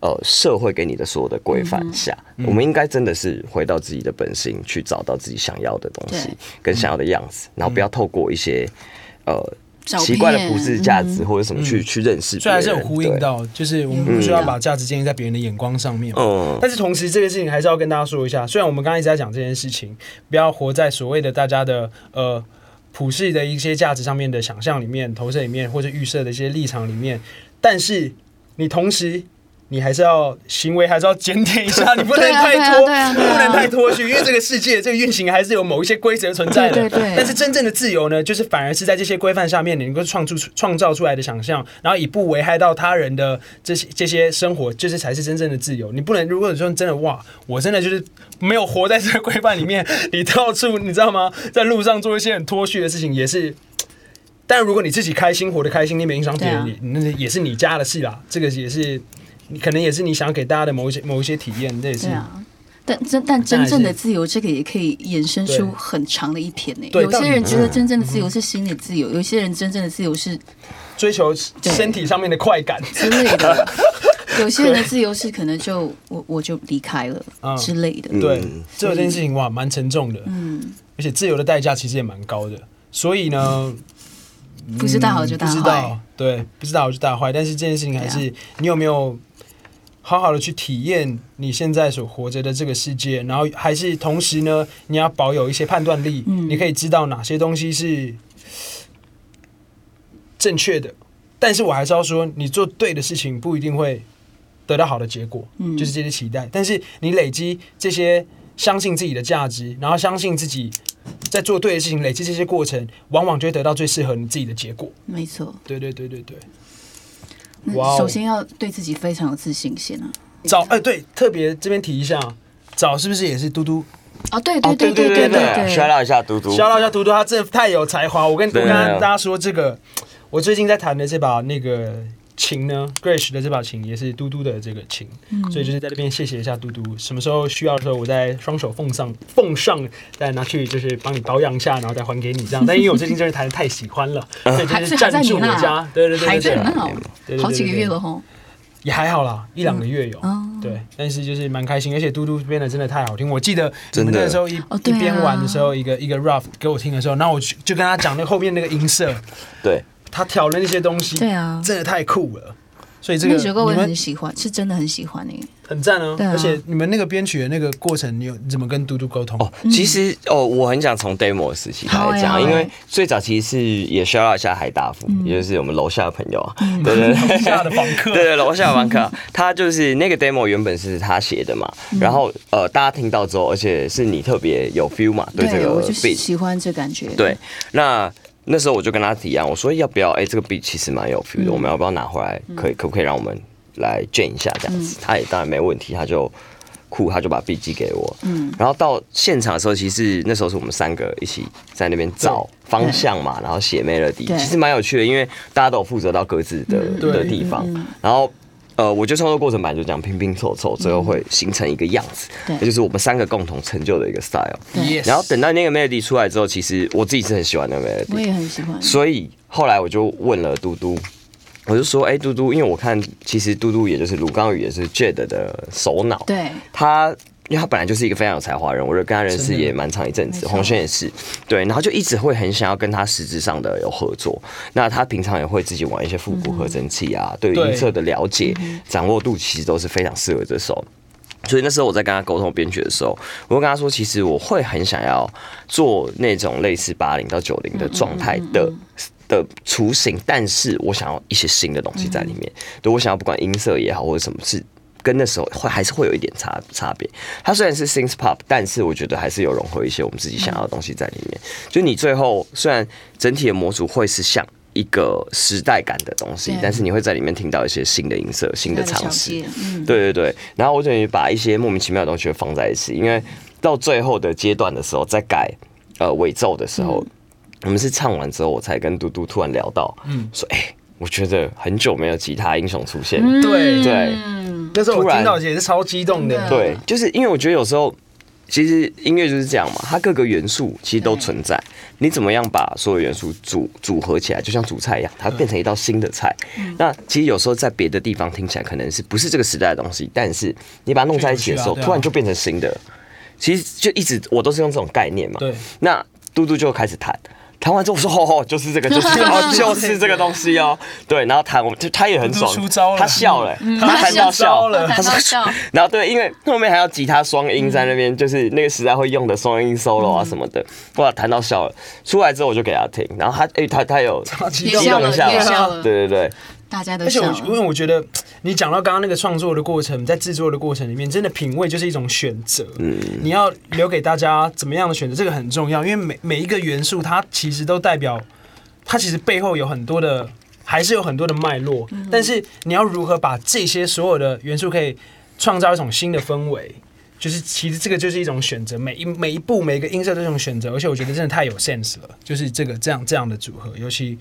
S2: 呃社会给你的所有的规范下，
S1: 嗯
S2: 我们应该真的是回到自己的本心，去找到自己想要的东西
S1: 对嗯
S2: 跟想要的样子，然后不要透过一些呃
S1: 照片嗯
S2: 奇怪的普世价值或者什么去、去认识别人，
S3: 嗯虽然是有呼应
S2: 对，
S3: 到，就是我们不需要把价值建立在别人的眼光上面嘛。哦
S2: 嗯，
S3: 但是同时，这件事情还是要跟大家说一下。虽然我们刚刚一直在讲这件事情，不要活在所谓的大家的呃普世的一些价值上面的想象里面、投射里面或者预设的一些立场里面，但是你同时。你还是要行为还是要检点一下，你不能
S1: 对啊
S3: 太
S1: 对啊
S3: 脱，
S1: 对啊
S3: 不
S1: 对啊
S3: 能太脱序，因为这个世界这个运行还是有某一些规则存在的。
S1: 对对对
S3: 但是真正的自由呢，就是反而是在这些规范下面，你能够创出创造出来的想象，然后以不危害到他人的这些这些生活，就是才是真正的自由。你不能，如果你说真的哇，我真的就是没有活在这个规范里面，你到处你知道吗？在路上做一些很脱序的事情，也是。但如果你自己开心，活得开心，你没影响别人，
S1: 对啊
S3: 你那也是你家的事啦。这个也是，你可能也是你想给大家的某一些某一些体验，这也是
S1: 对啊。但真但真正的自由，这个也可以衍生出
S3: 对
S1: 很长的一篇呢。
S3: 对
S1: 有
S3: 到
S1: 些
S3: 底
S1: 人觉得真正的自由是心理自由，有些人真正的自由是
S3: 追求身体上面的快感。
S1: 之类 的，有些人的自由是可能就我我就离开了
S3: 嗯
S1: 之类的。
S3: 对
S2: 嗯，
S3: 这件事情哇，蛮沉重的，
S1: 嗯，
S3: 而且自由的代价其实也蛮高的。所以呢，嗯
S1: 不是大好就大
S3: 不知
S1: 坏啊
S3: 道。，对，不是大好就大坏。但是这件事情还是、你有没有好好的去体验你现在所活着的这个世界，然后还是同时呢，你要保有一些判断力，
S1: 嗯
S3: 你可以知道哪些东西是正确的。但是我还是要说，你做对的事情不一定会得到好的结果，
S1: 嗯
S3: 就是这些期待。但是你累积这些相信自己的价值，然后相信自己在做对的事情，累积这些过程，往往就会得到最适合你自己的结果。
S1: 没错，
S3: 对对对对对，哇
S1: 那
S3: 哦
S1: 首先要对自己非常有自信先啊。
S3: 早哎、对，特别这边提一下，啊早是不是也是嘟嘟？
S1: 哦，对
S2: 哦
S1: 对对对对对
S2: 刷到一下嘟嘟，
S3: 笑到一下嘟嘟，他真的太有才华。我跟我
S2: 对
S3: 跟
S1: 啊
S3: 大家说，这个我最近在弹的这把那个琴呢，Grace 的这把琴也是嘟嘟的这个琴，
S1: 嗯
S3: 所以就是在这边谢谢一下嘟嘟。什么时候需要的时候，我再双手奉上奉上，再拿去就是帮你保养一下，然后再还给你这样。但因为我最近真的弹的太喜欢了，所以就是
S1: 还还在
S3: 赞
S1: 你
S3: 助我
S1: 那啊
S3: 家，对对对
S1: 还
S3: 对
S1: 在
S3: 对，
S1: 那
S3: 对对对对
S1: 哦，
S3: 对
S1: 好几个月了吼。
S3: 也还好啦，一两个月有。
S1: 嗯哦
S3: 对，但是就是蛮开心，而且嘟嘟编的真的太好听。我记得你
S2: 真
S3: 们
S2: 的
S3: 那个时候一、
S1: 哦
S3: 一
S1: 对啊
S3: 边玩的时候，一个一个 rough 给我听的时候，那我就就跟他讲那个后面那个音色，
S2: 对，
S3: 他调的那些东西，
S1: 对啊
S3: 真的太酷了。所以这个
S1: 那首歌我
S3: 你
S1: 也
S3: 们
S1: 很喜欢，是真的很喜欢诶。
S3: 很赞啊！
S1: 对啊
S3: 而且你们那个编曲的那个过程，你有你怎么跟嘟嘟沟通？
S2: 哦，其实哦，我很想从 demo 时期
S1: 好
S2: 开
S1: 欸
S2: 始
S1: 好
S2: 讲，
S1: 欸
S2: 因为最早其实是也需要一下海大夫，也就是我们楼下的朋友啊，对对对，
S3: 下的访客
S2: 对对，楼下房客，啊他就是那个 demo 原本是他写的嘛，然后呃，大家听到之后，而且是你特别有 feel 嘛，对这
S1: 对，我
S2: 个
S1: 就
S2: beat，
S1: 喜欢这感觉。
S2: 对，那那时候我就跟他提案，我说要不要？哎、这个 beat 其实蛮有 feel 的，我们要不要拿回来？可以可不可以让我们来卷一下这样子？他也当然没问题，他就酷，他就把 B G 给我。嗯，然后到现场的时候，其实那时候是我们三个一起在那边找方向嘛，然后写 melody，
S1: 对
S2: 其实蛮有趣的，因为大家都有负责到各自的
S3: 对
S2: 的地方，然后。呃，我觉得创作过程本来就这样拼拼凑凑，最后会形成一个样子，
S1: 对
S2: 那就是我们三个共同成就的一个 style。
S1: 对
S3: Yes
S2: 然后等到那个 melody 出来之后，其实我自己是很喜欢那个 melody，
S1: 我也很喜欢。
S2: 所以后来我就问了嘟嘟，我就说：“哎、嘟嘟，因为我看其实嘟嘟也就是卢刚宇，也是 Jade 的首脑，
S1: 对，
S2: 他。”因为他本来就是一个非常有才华的人，我就跟他认识
S3: 真的
S2: 也蛮长一阵
S1: 没
S2: 子，
S1: 错
S2: 洪轩也是，对，然后就一直会很想要跟他实质上的有合作。那他平常也会自己玩一些复古合成器
S1: 嗯
S2: 啊，对于
S3: 对
S2: 音色的了解、掌握度，其实都是非常适合这首。所以那时候我在跟他沟通编曲的时候，我就跟他说，其实我会很想要做那种类似八零到九零的状态的。的雏形，但是我想要一些新的东西在里面。对我想要不管音色也好或者什么是。跟那时候会还是会有一点差差别。它虽然是 synth pop，但是我觉得还是有融合一些我们自己想要的东西在里面。就你最后虽然整体的模组会是像一个时代感的东西
S1: 对，
S2: 但是你会在里面听到一些新的音色、新的
S1: 他
S2: 尝
S1: 小
S2: 试。
S1: 姐，嗯，
S2: 对对对，然后我等于把一些莫名其妙的东西放在一起，因为到最后的阶段的时候，在改呃尾奏的时候，我们是唱完之后，我才跟嘟嘟突然聊到，嗯，说哎、我觉得很久没有吉他英雄出现，了。
S3: 对
S2: 对
S1: 嗯，
S3: 那时候我
S2: 突然
S3: 听到也是超激动的
S1: 真，的
S2: 对，就是因为我觉得有时候。其实音乐就是这样嘛，它各个元素其实都存在。
S3: 嗯
S2: 你怎么样把所有元素组组合起来，就像煮菜一样，它变成一道新的菜。
S3: 嗯
S2: 那其实有时候在别的地方听起来可能是不是这个时代的东西，但是你把它弄在一起的时候，
S3: 就有趣啊对啊
S2: 突然就变成新的了。其实就一直我都是用这种概念嘛。
S3: 对。
S2: 那嘟嘟就开始弹，弹完之后我说：“吼吼，就是这个， 就是这个哦，就是这个东西哦。”对，然后弹，我们就他也很爽
S3: 嘟嘟出招，了嗯
S2: 他笑了，他弹
S1: 他笑
S2: 到笑
S3: 了
S1: 他弹到笑，
S2: 然后对，因为后面还有吉他双音在那边，就是那个时代会用的双音 solo 啊什么的，哇，弹到笑了。出来之后我就给他听，然后他哎、他他有
S3: 超激
S1: 也
S3: 动
S1: 笑
S2: 动
S1: 了，
S2: 一下
S1: 也
S2: 吧
S1: 笑了，
S2: 对对对，
S1: 大家都
S3: 而且
S1: 笑
S3: 我因为
S1: 了。
S3: 我觉得你讲到刚刚那个创作的过程，在制作的过程里面，真的品味就是一种选择。你要留给大家怎么样的选择，这个很重要，因为每每一个元素它其实都代表，它其实背后有很多的，还是有很多的脉络。但是你要如何把这些所有的元素可以创造一种新的氛围？就是其实这个就是一种选择，每一每一步每一个音色都是一种选择，而且我觉得真的太有 sense 了，就是这个这样这样的组合，尤其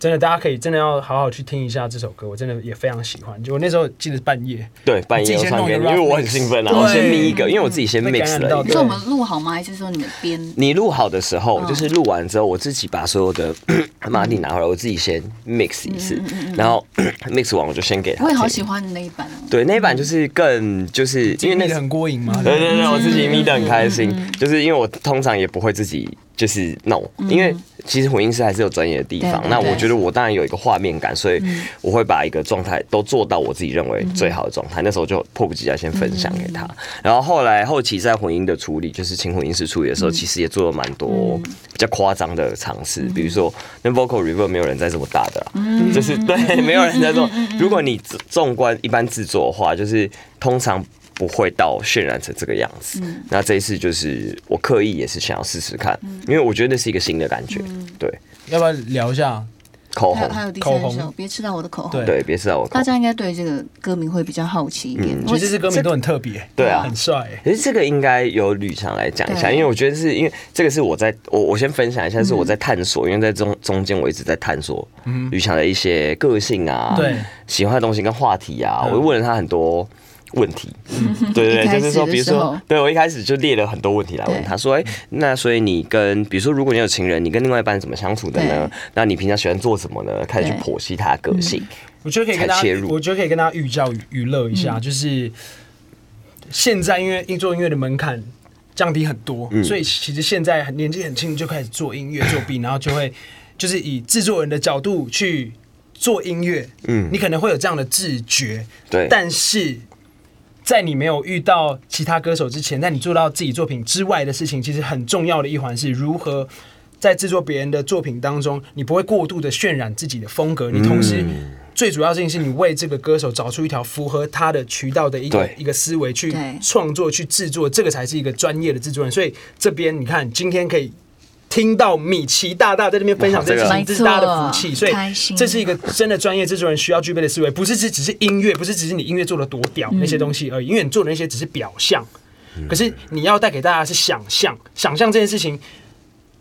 S3: 真的大家可以真的要好好去听一下这首歌，我真的也非常喜欢。就我那时候记得半夜，
S2: 对，半夜
S3: 自己
S2: 又
S3: 先
S2: 唱
S3: 弄
S2: 歌，
S3: 一
S2: 因
S3: 个
S2: 为
S3: rough
S2: 我很兴奋啊，
S3: mix 嗯
S2: 我先咪一个，因为我自己先
S3: 被感
S2: mix
S3: 染
S2: 了一
S3: 到
S2: 个
S1: 你。说我们录好吗？还是说你们编？
S2: 你录好的时候，就是录完之后，我自己把所有的 马蒂拿回来，我自己先 mix 一
S1: 嗯
S2: 次，然后 mix 完我就先给他。
S1: 我也好喜。欢你那一版哦。
S2: 对，那一版就是更就是因为那
S3: 个很过瘾嘛，嗯
S2: 对对
S1: 嗯
S2: 对，我自己眯得很开心，就是因为我通常也不会自己就是弄，因为其实混音师还是有专业的地方
S1: 嗯对。
S2: 那
S1: 对
S2: 我觉得我当然有一个画面感，所以
S1: 嗯
S2: 我会把一个状态都做到我自己认为最好的状态。那时候就迫不及待先分享给
S1: 嗯
S2: 他。然后后来后期在混音的处理，就是请混音师处理的
S1: 嗯
S2: 时候，其实也做了蛮多比较夸张的尝试，
S1: 嗯
S2: 比如说那 vocal reverb 没有人在这么大的啦，就是
S1: 嗯
S2: 对，没有人在做。如果你纵观一般制作的话，就是通常。不会到渲染成这个样子。
S1: 嗯
S2: 那这一次就是我刻意也是想要试试看，因为我觉得那是一个新的感觉。对，
S3: 要不要聊一下？
S2: 口
S1: 嗯还
S2: 红
S1: 有，还有第
S3: 口
S1: 三
S3: 红
S1: 首，别吃到我的口红
S3: 对。
S2: 对，别知道我口
S1: 大
S2: 红。
S1: 家应该对这个歌名会比较好奇一点。
S3: 嗯其
S1: 我
S3: 实这支歌名都很特别，
S2: 对啊
S3: 很帅。
S2: 可是这个应该由吕强来讲一下，
S1: 对嗯
S2: 因为我觉得是因为这个是我在我我先分享一下，是我在探索，因为在中中间我一直在探索吕强的一些个性啊，
S3: 对
S2: 喜欢的东西跟话题啊，
S3: 嗯
S2: 我问了他很多问 题，对对
S1: 一
S2: 对，
S1: 开
S2: 就是
S1: 始
S2: 说，
S1: 的
S2: 比如
S1: 时候
S2: 说，对我一开始就列了很多问题来问他，说，哎、那所以你跟，比如说，如果你有情人，你跟另外一半怎么相处的呢
S1: 对？
S2: 那你平常喜欢做什么呢？开始去
S1: 对
S2: 剖析他的个性，
S3: 我觉得可以跟大
S2: 才切
S3: 家，
S2: 入嗯
S3: 我觉得可以跟大家寓教于娱乐一下，就是现在因为做音乐的门槛降低很多，
S2: 嗯
S3: 所以其实现在很年纪很轻就开始做音乐作弊，然后就会 就是以制作人的角度去做音乐，嗯，你可能会有这样的自觉，
S2: 对
S3: 但是。在你没有遇到其他歌手之前，在你做到自己作品之外的事情，其实很重要的一环是如何在制作别人的作品当中，你不会过度的渲染自己的风格，你同时最主要的事情是你为这个歌手找出一条符合他的渠道的一个
S2: 对
S3: 一个思维去
S1: 对
S3: 创作、去制作，这个才是一个专业的制作人。所以这边你看，今天可以。听到米奇大大在那边分享
S2: 哇
S3: 这
S2: 这
S3: 些
S2: 个
S3: 事情，这是大家的福气，
S1: 没错
S3: 所以
S1: 开心啊
S3: 这是一个真的专业制作人需要具备的思维，不是只只是音乐，不是只是你音乐做的多屌
S1: 嗯
S3: 那些东西而已，因为你做的那些
S2: 嗯
S3: 只是表象，可是你要带给大家是想象，想象这件事情，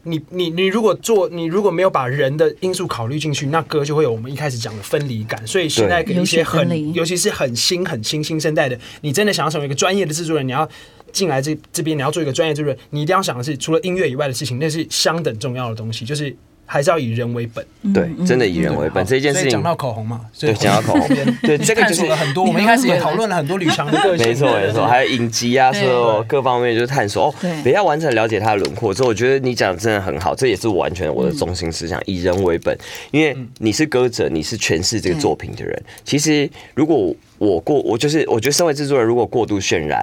S3: 你你你如果做，你如果没有把人的因素考虑进去，那歌就会有我们一开始讲的分离感。所以现在给一些
S1: 有些分离
S3: 很，尤其是很新、很新新生代的，你真的想要成为一个专业的制作人，你要进来这这边，你要做一个专业制作人，你一定要想的是，除了音乐以外的事情，那是相等重要的东西，就是还是要以人为本。
S1: 嗯
S2: 对，真的以人为
S3: 对
S2: 本这件
S3: 所以
S2: 事情
S3: 讲，到口红嘛，所以
S2: 对，讲到口红，对，这个
S3: 探
S2: 就
S3: 索
S2: 是
S3: 了很多。我们一开始也讨论了很多吕强的个性，
S2: 没错没错，还有影集啊，所
S1: 对
S2: 有各方面就是探索。哦
S1: 对，
S2: 比较完整了解他的轮廓之后，我觉得你讲的真的很好，这也是完全我的中心思想，以人为本。因为你是歌者，你是诠释这个
S1: 对
S2: 作品的人。其实如果我过，我就是我觉得身为制作人，如果过度渲染，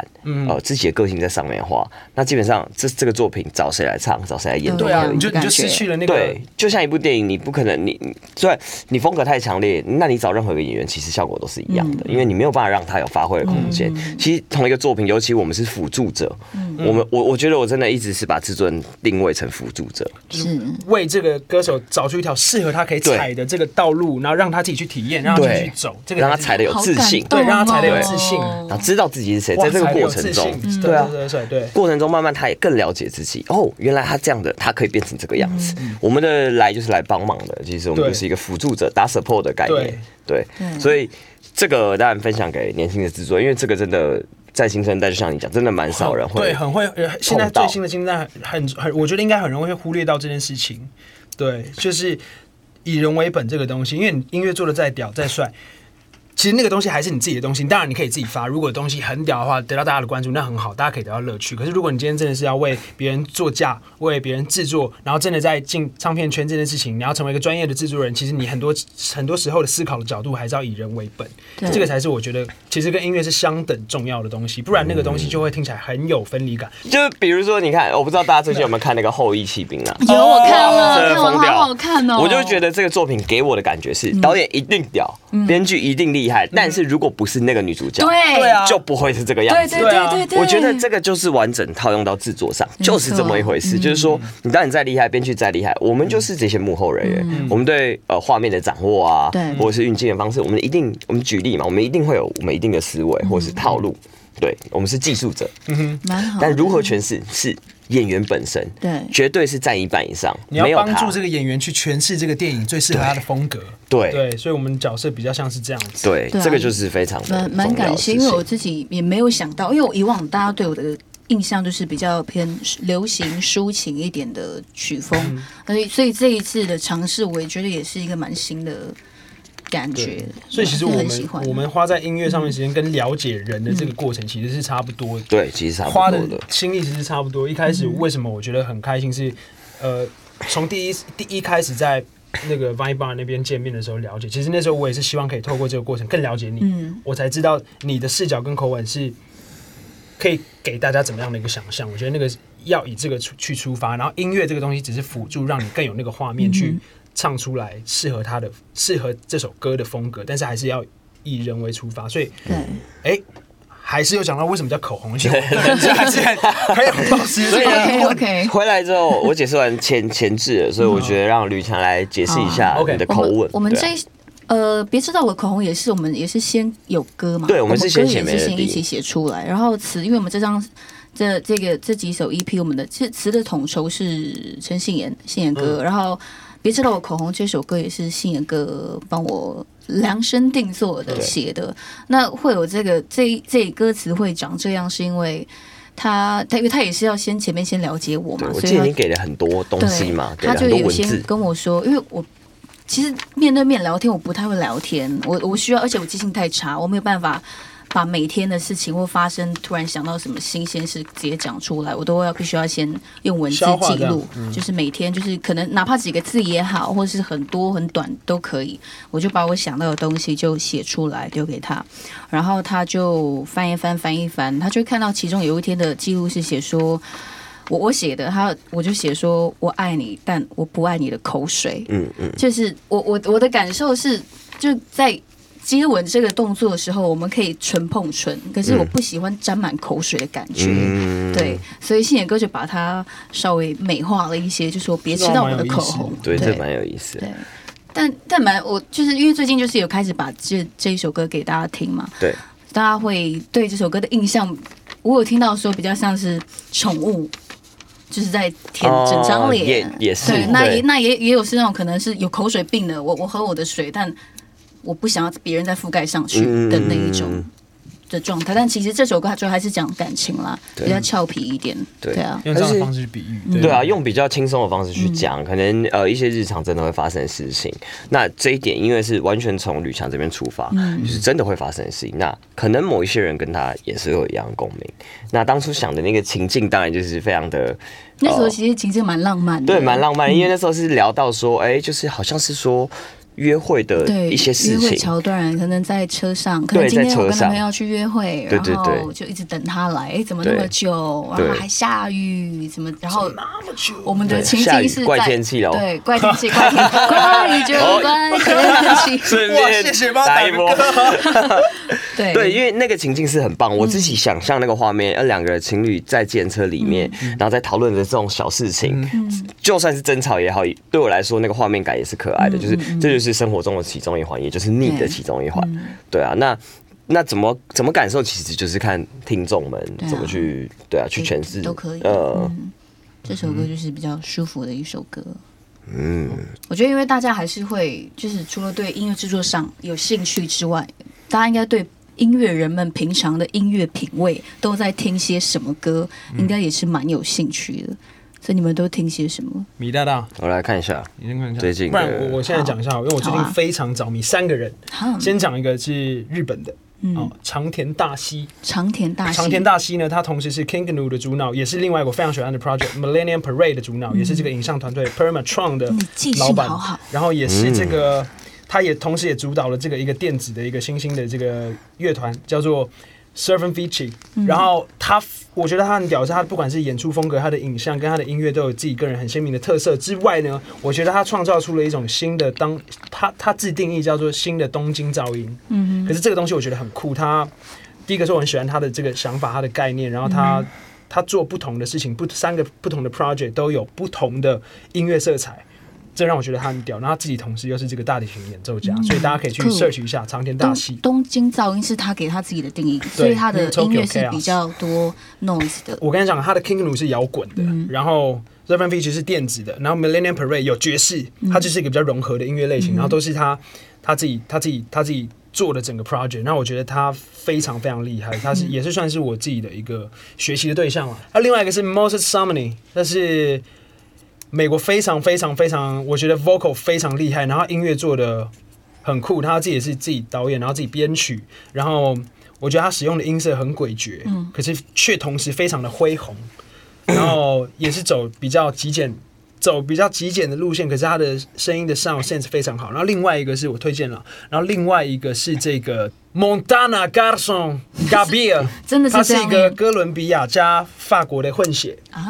S2: 呃，自己的个性在上面的话，那基本上这这个作品找谁来唱，找谁来演都
S1: 对
S2: 一
S3: 对
S2: 样
S3: 啊，你就你
S1: 感觉
S3: 就失去了那个
S2: 对，就像一部电影，你不可能你你虽然你风格太强烈，那你找任何一个演员，其实效果都是一样
S3: 嗯
S2: 的，因为你没有办法让他有发挥的空间。其实同一个作品，尤其我们是辅助者，
S3: 嗯
S2: 我们我我觉得我真的一直是把自尊定位成辅助者，
S1: 是
S3: 为这个歌手找出一条适合他可以
S2: 对
S3: 踩的这个道路，然后让他自己去体验，让他自己去走，这个
S2: 让他
S3: 才是
S2: 踩的有自信
S1: 好感，动
S3: 对让他踩得有
S1: 哦
S3: 自信
S2: 然后知道自己是谁，
S3: 哇
S2: 在这个
S3: 踩得有
S2: 过程
S3: 自
S2: 中
S3: 信，嗯
S2: 对
S3: 对
S2: 啊。
S3: 对对对。
S2: 过程中慢慢他也更了解自己哦，原来他这样的，他可以变成这个样子。
S1: 嗯
S2: 我们的来就是来帮忙的，其实我们
S3: 对
S2: 就是一个辅助者、打 support 的概念。对，
S1: 嗯
S2: 所以这个当然分享给年轻的制作，因为这个真的在新生代，就像你讲，真的蛮少人会
S3: 对，很会。呃现在最新的现在很很，我觉得应该很容易会忽略到这件事情。对，就是以人为本这个东西，因为你音乐做的再屌再帅，其实那个东西还是你自己的东西。当然你可以自己发，如果东西很屌的话，得到大家的关注，那很好，大家可以得到乐趣。可是如果你今天真的是要为别人做嫁，为别人制作，然后真的在进唱片圈这件事情，你要成为一个专业的制作人，其实你很多很多时候的思考的角度还是要以人为本。
S1: 对
S3: 这个才是我觉得其实跟音乐是相等重要的东西，不然那个东西就会听起来很有分离感。
S2: 就比如说，你看，哦我不知道大家最近有没有看那个《后羿弃兵》啊？
S1: 有我看了，
S2: 真的
S1: 看完
S2: 疯掉，
S1: 嗯好好看哦，嗯
S2: 我就觉得这个作品给我的感觉是，导演一定屌，编剧一定厉害，但是如果不是那个女主角，
S1: 对
S3: 对啊
S2: 就不会是这个样
S1: 对
S2: 子。
S1: 对
S3: 对啊
S1: 对对对，
S2: 我觉得这个就是完整套用到制作上，
S1: 没错嗯
S2: 就是这么一回事。就是说，你当你再厉害，编剧再厉害，我们就是这些幕后人员，我们对呃画面的掌握啊
S1: 嗯对，
S2: 或者是运镜的方式，我们一定，我们举例嘛，我们一定会有我们一定的思维
S1: 嗯
S2: 或是套路。对，我们是技术者，
S1: 蛮好的，
S2: 但如何诠释是演员本身，
S1: 对
S2: 绝对是占一半以上。
S3: 你要
S2: 没有
S3: 帮
S2: 他
S3: 助这个演员去诠释这个电影最适合他的风格。
S2: 对
S3: 对，所以我们角色比较像是这样子。
S2: 对，
S1: 对啊
S2: 这个就是非常的
S1: 蛮蛮
S2: 重要
S1: 感
S2: 的
S1: 谢，
S2: 事
S1: 因为我
S2: 情。
S1: 自己也没有想到，因为我以往大家对我的印象就是比较偏流行抒情一点的曲风，所以所以这一次的尝试，我也觉得也是一个蛮新的感觉，
S3: 所以其实
S1: 对
S3: 我
S1: 很喜欢
S3: 们我们花在音乐上面时间跟了解人的这个过程其实是差不多的，
S2: 对，其实差不
S3: 花的
S2: 多的。
S3: 心力其实差不多。一开始为什么我觉得很开心是，呃，从第一第一开始在那个 Vine Bar 那边见面的时候了解，其实那时候我也是希望可以透过这个过程更了解你，
S1: 嗯
S3: 我才知道你的视角跟口吻是可以给大家怎么样的一个想象。我觉得那个是要以这个出去出发，然后音乐这个东西只是辅助，让你更有那个画面
S1: 嗯
S3: 去唱出来适合他的、适合这首歌的风格，但是还是要以人为出发。所以，
S1: 对
S3: 哎、还是有讲到为什么叫口红， 啊其实我们还是还有保 持这个
S2: 啊
S1: OK OK。
S2: 回来之后，我解释完前前置了，所以我觉得让吕强来解释一下
S3: 好，OK
S2: 你的
S1: 我
S2: 口
S1: 们
S2: 吻。
S1: 我们
S2: 对啊
S1: 这一呃，别知道我的口红也是我们也是先有歌嘛，
S2: 对我
S1: 我
S2: 们是先
S1: 歌
S2: 写
S1: 也
S2: 没
S1: 是
S2: 了
S1: 先
S2: 地
S1: 一起写出来，然后词，因为我们这张这这个这几首 EP，我们的词词的统筹是陈信言信言
S2: 嗯
S1: 哥，然后别知道我口红这首歌也是信言哥帮我。量身定做的
S2: 对
S1: 写的，那会有这个这一这一歌词会长这样，是因为他他因为他也是要先前面先了解我嘛
S2: 对，我
S1: 所
S2: 记
S1: 以
S2: 得
S1: 他
S2: 你给了很多东
S1: 对，
S2: 西嘛，给
S1: 他
S2: 了
S1: 就
S2: 很多
S1: 有
S2: 文
S1: 先
S2: 字。
S1: 跟我说，因为我其实面对面聊天我不太会聊天，我我需要，而且我记性太差，我没有办法把每天的事情或发生突然想到什么新鲜事直接讲出来，我都要必须要先用文字
S3: 消化
S1: 记
S3: 这样嗯
S1: 录，就是每天就是可能哪怕几个字也好，或是很多很短都可以，我就把我想到的东西就写出来丢给他，然后他就翻一翻翻一翻，他就看到其中有一天的记录是写说。我我写的，他我就写说我爱你，但我不爱你的口水。
S2: 嗯嗯，
S1: 就是我我我的感受是，就在接吻这个动作的时候，我们可以唇碰唇，可是我不喜欢沾满口水的感觉。
S2: 嗯
S1: 对，所以信野哥就把它稍微美化了一些，就说别吃到我的口红。
S2: 嗯对，这蛮有意思的。
S1: 对，但但蛮我就是因为最近就是有开始把这这一首歌给大家听嘛，
S2: 对，
S1: 大家会对这首歌的印象，我有听到说比较像是宠物，就是在舔
S2: 哦
S1: 整张脸、
S2: 也也是
S1: 对，那
S2: 对
S1: 也那也也有是那种可能是有口水病的，我我喝我的水，但我不想要别人再覆盖上去的那一种
S2: 嗯
S1: 的状态。但其实这首歌它主要还是讲感情啦，比较俏皮一点，
S2: 对
S1: 啊。
S3: 用这样的方式去比喻，
S2: 对啊，用比较轻松的方式
S1: 嗯
S2: 去讲，可能呃一些日常真的会发生的事情。那这一点因为是完全从吕强这边出发，
S1: 嗯
S2: 就是真的会发生的事情。那可能某一些人跟他也是会有一样的共鸣。那当初想的那个情境，当然就是非常的呃
S1: 那时候其实情境蛮浪漫的，
S2: 对，蛮浪
S1: 嗯
S2: 漫。因为那时候是聊到说，哎、就是好像是说约会的
S1: 对
S2: 一些事
S1: 约会
S2: 情。
S1: 桥段，可能在车上，可能
S2: 对
S1: 今天
S2: 在
S1: 我
S2: 车
S1: 跟男
S2: 上
S1: 朋友去约会，
S2: 对对
S1: 然后
S2: 对
S1: 就一直等他来，哎，怎么那么
S2: 对
S1: 久？然
S2: 对
S1: 后还下雨，怎么？然后我们的
S2: 对
S1: 情
S2: 下
S1: 境
S2: 雨
S1: 是在
S2: 怪天气咯哦
S1: 对，怪天气，怪天气， 怪就怪 天气，
S2: 顺
S3: 哇谢谢帮我
S2: 打一
S3: 打个
S2: 波。
S1: 对
S2: 对，因为那个情境是很棒，我
S1: 嗯
S2: 自己想象那个画面，呃，两个情侣在电车里面，
S1: 嗯
S2: 然后在讨论的这种小事情，就算是争吵也好，对我来说那个画面感也是可爱的，就是这就是生活中的其中一环，也就是你的
S1: 嗯对嗯
S2: 其中一环。对啊，那。那怎么怎么感受，其实就是看听众们
S1: 对啊
S2: 怎么去对啊去
S1: 对
S2: 诠释，
S1: 都可以嗯
S2: 呃，
S1: 这首歌就是比较舒服的一首歌。嗯，我觉得因为大家还是会，就是除了对音乐制作上有兴趣之外，大家应该对音乐人们平常的音乐品味都在听些什么歌，
S2: 嗯
S1: 应该也是蛮有兴趣的。所以你们都听些什么？
S3: 米大大，
S2: 我来看一下，
S3: 你先看一下，
S2: 最近的
S3: 不然我我现在讲一下，因为我最
S1: 好
S3: 近
S1: 啊
S3: 非常着迷三个人，
S1: 哈，
S3: 先讲一个是日本的。哦
S1: 嗯，，
S3: 长田大希，
S1: 长田大戏，
S3: 哎长田大希呢，他同时是 Kinganoo 的主脑，也是另外一个我非常喜欢的 project Millennium Parade 的主脑，也是这个影像团队 Permatron 的
S1: 你记
S3: 老
S1: 性
S3: 板
S1: 好好，
S3: 然后也是这个，他也同时也主导了这个一个电子的一个新兴的这个乐团，叫做 Servant v i c i
S1: 嗯
S3: 然后他，我觉得他很屌，是他不管是演出风格、他的影像跟他的音乐都有自己个人很鲜明的特色之外呢，我觉得他创造出了一种新的当他他自己定义叫做新的东京噪音。嗯，可是这个东西我觉得很酷，他第一个是我很喜欢他的这个想法、他的概念，然后他。
S1: 嗯
S3: 他做不同的事情，不三个不同的 project 都有不同的音乐色彩，这让我觉得他很屌。然后他自己同时又是这个大提琴演奏家，所以大家可以去
S1: 酷
S3: search 一下长田大
S1: 东
S3: 希。
S1: 东京噪音是他给他自己的定义，所以他的音乐是
S3: Tokyo Chaos
S1: 比较多 noise 的。
S3: 我跟你讲，他的 King Lu 是摇滚的，然后 r e v e n Beach 是电子的，然后 Millennium Parade 有爵士，它就是一个比较融合的音乐类型，然后都是他他自己他自己他自己做的整个 project。那我觉得他非常非常厉害，他是也是算是我自己的一个学习的对象了。那另外一个是 Moses s u m m o n y 那是。美国非常非常非常，我觉得 vocal 非常厉害，然后音乐做的很酷，他自己也是自己导演，然后自己编曲，然后我觉得他使用的音色很诡谲，
S1: 嗯
S3: 可是却同时非常的 恢宏，然后也是走比较极简，走比较极简的路线，可是他的声音的 sound sense 非常好。然后另外一个是我推荐了，然后另外一个是这个 Montana Garson Gabriel，
S1: 真的是
S3: 他
S1: 这
S3: 是一
S1: 样欸
S3: 个
S1: 念
S3: 哥伦比亚加法国的混血，
S1: 啊，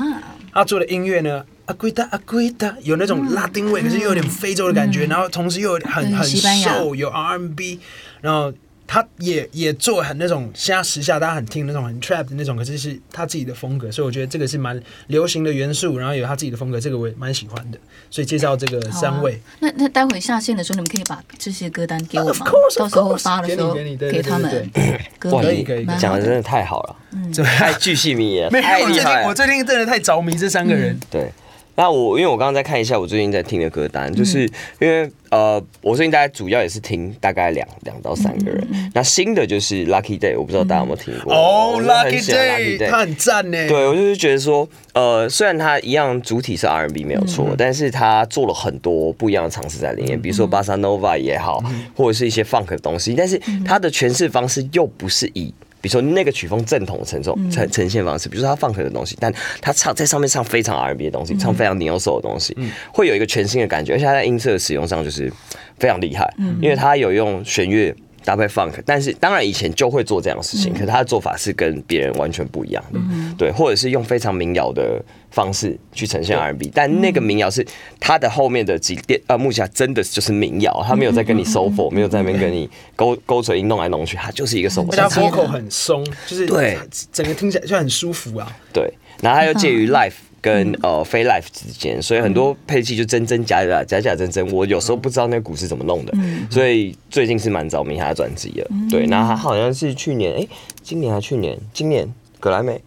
S3: 他做的音乐呢，阿圭达阿圭达有那种拉丁味，可是又有点非洲的感觉，然后同时又有很
S1: 对
S3: 很
S1: 西班牙
S3: 瘦，有 R&B，然后他也也做很那种现在时下大家很听那种很 trap 的那种，可是是他自己的风格，所以我觉得这个是蛮流行的元素，然后有他自己的风格，这个我也蛮喜欢的，所以介绍这个
S1: 好啊
S3: 三位。
S1: 那那待会下线的时候，你们可以把这些歌单给我
S3: Of
S1: 吗？
S3: course,
S1: 到
S3: of
S1: 时候发的时候
S3: 给你给你对
S1: 给
S3: 对
S1: 他
S3: 对
S1: 们
S3: 对。
S1: 歌
S2: 哇，
S1: 名
S3: 可以
S2: 你
S3: 可以
S1: 蛮好
S2: 讲的真的太好了，
S3: 嗯
S2: 太
S3: 哎
S2: 巨细靡遗，
S3: 没
S2: 了，
S3: 有，
S2: 太
S3: 我
S2: 厉
S3: 最近
S2: 害了
S3: 我。最近真的太着迷这三个人，
S2: 对，那我因为我刚刚在看一下我最近在听的歌单，就是因为呃，我最近大概主要也是听大概两两到三个人。那新的就是 Lucky Day，我不知道大家有没有听过
S3: 哦
S2: 我就很
S3: ，Lucky
S2: 喜欢 Lucky
S3: Day，他很赞呢。
S2: 对，我就是觉得说，呃，虽然它一样主体是 R&B 没有错，但是它做了很多不一样的尝试在里面，比如说 Bossa Nova 也好，或者是一些 funk 的东西，但是它的诠释方式又不是以。比如说那个曲风正统的呈种呈呈现方式，比如说他放 u 的东西，但他唱在上面唱非常 R&B 的东西，唱非常牛手的东西，会有一个全新的感觉，而且他在音色的使用上就是非常厉害，因为他有用弦乐搭配 funk，但是当然以前就会做这样的事情，可是他的做法是跟别人完全不一样的，对，或者是用非常民谣的方式去呈现 R&B，但那个民谣是他的后面的几点呃，目前真的就是民谣，他没有在跟你 soulful，没有在那边跟你勾勾唇音弄来弄去，他就是一个 soulful，
S3: 而且他
S1: 我想起来
S3: vocal
S1: 了
S3: 很松，就是
S2: 对
S3: 整个听起来就很舒服啊。
S2: 对，然后它又介于 live 跟、呃非 live 之间，所以很多配器就真真假假，假假真真。我有时候不知道那个鼓是怎么弄的，所以最近是蛮着迷他的专辑的。对，然后他好像是去年，哎、今年还去年，今年格莱美。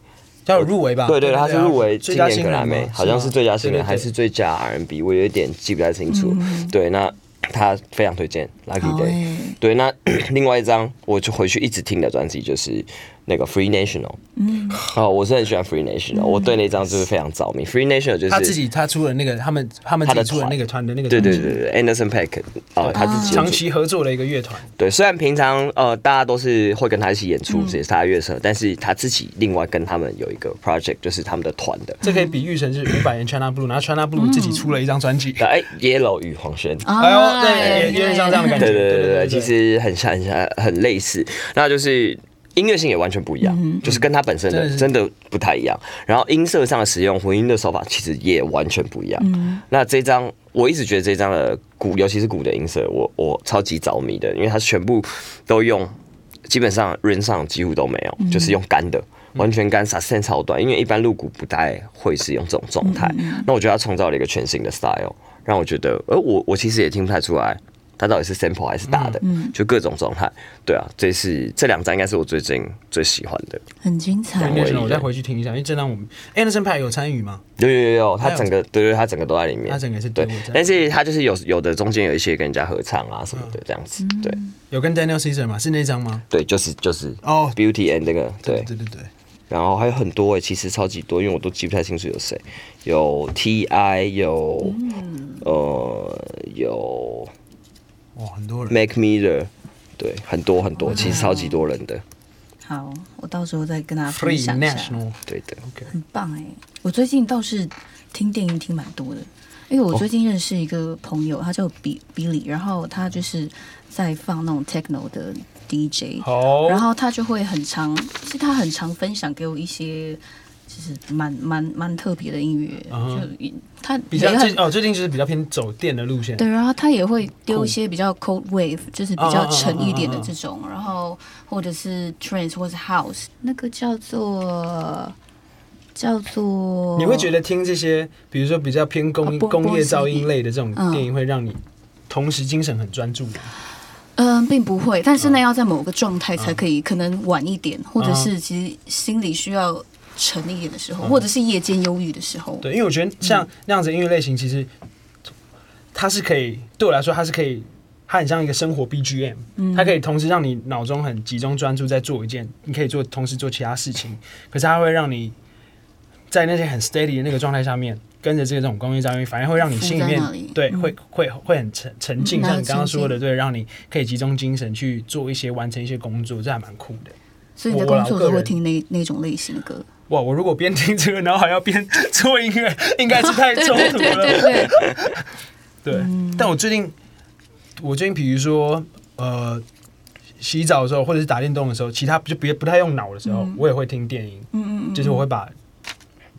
S3: 要有入围吧？
S2: 对对，他是入围今
S3: 最佳
S2: 年
S3: 新
S2: 格莱
S3: 人
S2: 美
S3: 嘛，
S2: 好像是最佳新人还是
S3: 对嗯
S2: 最佳 R&B，我有一点记不太清楚。对，那他非常推荐 Lucky
S1: 好
S2: Day
S3: 哎
S1: 欸。
S2: 对，那 另外一张我就回去一直听的专辑就是那个 Free National。嗯，哦，我是很喜欢 Free National，我对那张就是非常着迷。Free National 就是
S3: 嗯他自己他出了那个他们他们自
S2: 他的
S3: 己出了
S2: 团
S3: 那个团的那个
S2: 对对
S3: 专辑啊
S2: 对对，Anderson Paak 哦，他自己有
S3: 长
S2: 组
S3: 期合作的一个乐团，
S2: 对，虽然平常呃大家都是会跟他一起演
S3: 嗯
S2: 出，这也是他的乐手，但是他自己另外跟他们有一个 project，就是他们的团的。
S3: 这可以比喻成是五百年 China Blue，然后 China Blue
S1: 嗯
S3: 自己出了一张专辑。
S1: 哦
S2: 那哎，Yellow 与黄轩，
S3: 哎呦，对，有点像这样的感觉。
S2: 对对对
S3: 对
S2: 对对，其实很像很像很类似，那就是。音乐性也完全不一样，就是跟他本身的
S3: 真的是
S2: 真的不太一样。然后音色上的使用、混音的手法其实也完全不一样。那这张我一直觉得这张的鼓，尤其是鼓的音色，我我超级着迷的，因为它全部都用，基本上 r 上几乎都没有，就是用干的，完全干，撒线超短。因为一般录鼓不太会是用这种状态。那我觉得他创造了一个全新的 style，让我觉得，呃，我我其实也听不太出来。它到底是 sample 还是打的，就各种状态，对啊，这是这两张应该是我最近最喜欢的。
S1: 很精彩
S2: 对。对对
S3: 我再回去听一下，因为这张我们 Anderson 派有参与吗？
S2: 有有有有，他整个对对，他整个都在里面，
S3: 他整个是
S2: 对
S3: 对我在，
S2: 但是他就是有有的中间有一些跟人家合唱啊什么的这样子，对
S3: 有跟 Daniel Caesar 吗？是那张吗？
S2: 对，就是就是
S3: 哦
S2: Beauty and 那个对，
S3: 对对对，
S2: 然后还有很多诶，其实超级多，因为我都记不太清楚有谁，有 T.I. 有呃有
S3: 哇，很多人。
S2: Mac Miller，对，很多很多，其实超级多人的，
S1: 好，我到时候再跟大家分
S3: Free
S1: 享一下。
S3: National，
S2: 对的。
S1: 很棒哎、我最近倒是听电音听蛮多的，因为
S3: 哦
S1: 我最近认识一个朋友，他叫比比利，然后他就是在放那种 techno 的 DJ，
S3: 好，
S1: 然后他就会很常，是他很常分享给我一些，就是蛮蛮蛮特别的音乐
S3: 嗯哼
S1: 就他
S3: 比较
S1: 也
S3: 最
S1: 很
S3: 哦，最近就是比较偏走电的路线。
S1: 对，然后他也会丢一些比较 cold wave，就是比较沉一点的
S3: 嗯嗯嗯嗯嗯
S1: 这种，然后或者是 trance 或是 house，那个叫做叫做，
S3: 你会觉得听这些，比如说比较偏工
S1: 啊波
S3: 工业
S1: 波斯
S3: 噪
S1: 语
S3: 音类的这种
S1: 嗯
S3: 电影，会让你同时精神很专注的。
S1: 嗯，并不会，但是那要在某个状态
S3: 嗯
S1: 才可以，可能晚一点，或者是其实心里需要沉一点的时候，或者是夜间忧郁的时候。
S3: 嗯对，因为我觉得
S1: 嗯
S3: 像那样子的音乐类型，其实它是可以对我来说，它是可以，它很像一个生活 BGM，、它
S1: 嗯
S3: 可以同时让你脑中很集中专注在做一件，你可以做同时做其他事情，可是它会让你在那些很 steady 的那个状态下面。跟着这个这种工业噪音，反而会让你心里面
S1: 浮在那里
S3: 对会会会很沉沉
S1: 嗯
S3: 静，像
S1: 蛮
S3: 你刚刚
S1: 沉
S3: 说的，
S1: 浸
S3: 对，让你可以集中精神去做一些完成一些工作，这还蛮酷的。
S1: 所以你的
S3: 我
S1: 工
S3: 啦
S1: 作
S3: 我个
S1: 都会
S3: 人
S1: 听那那种类型的歌。
S3: 哇！我如果边听这个，然后还要边 做音乐，应该是太冲突了。
S1: 对，
S3: 对，
S1: 嗯
S3: 但我最近，我最近比如说，呃，洗澡的时候，或者是打电动的时候，其他就别不太用脑的时候，我也会听电音，
S1: 嗯嗯嗯嗯，
S3: 就是我会把，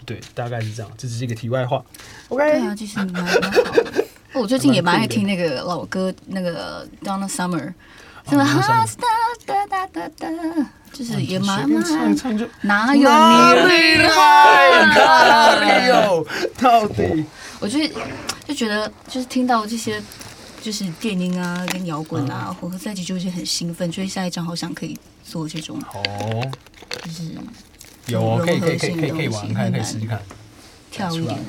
S3: 对，大概是这样，这只是一个题外话。
S1: 对
S3: OK，
S1: 啊，就是蛮蛮好的。哦我最近也蛮爱
S3: 蛮酷的
S1: 听那个老歌，那个 Donna 哦 Summer，什哦么
S3: 那什么
S1: 哒哒哒哒，就是也
S3: 随
S1: 蛮
S3: 便唱一
S1: 蛮
S3: 唱就
S1: 哪有
S3: 哪
S1: 你
S3: 里
S1: 厉
S3: 嗨，哪里
S1: 害？
S3: 有？哎到底
S1: 我就是就觉得就是听到这些就是电音啊跟摇滚啊混合在一起，就会很兴奋，就是下一张好想可以做这种
S3: 哦，
S1: 就是
S3: 有哦，可以可以可以可以可以玩看，可以试试看。
S1: 跳一点的。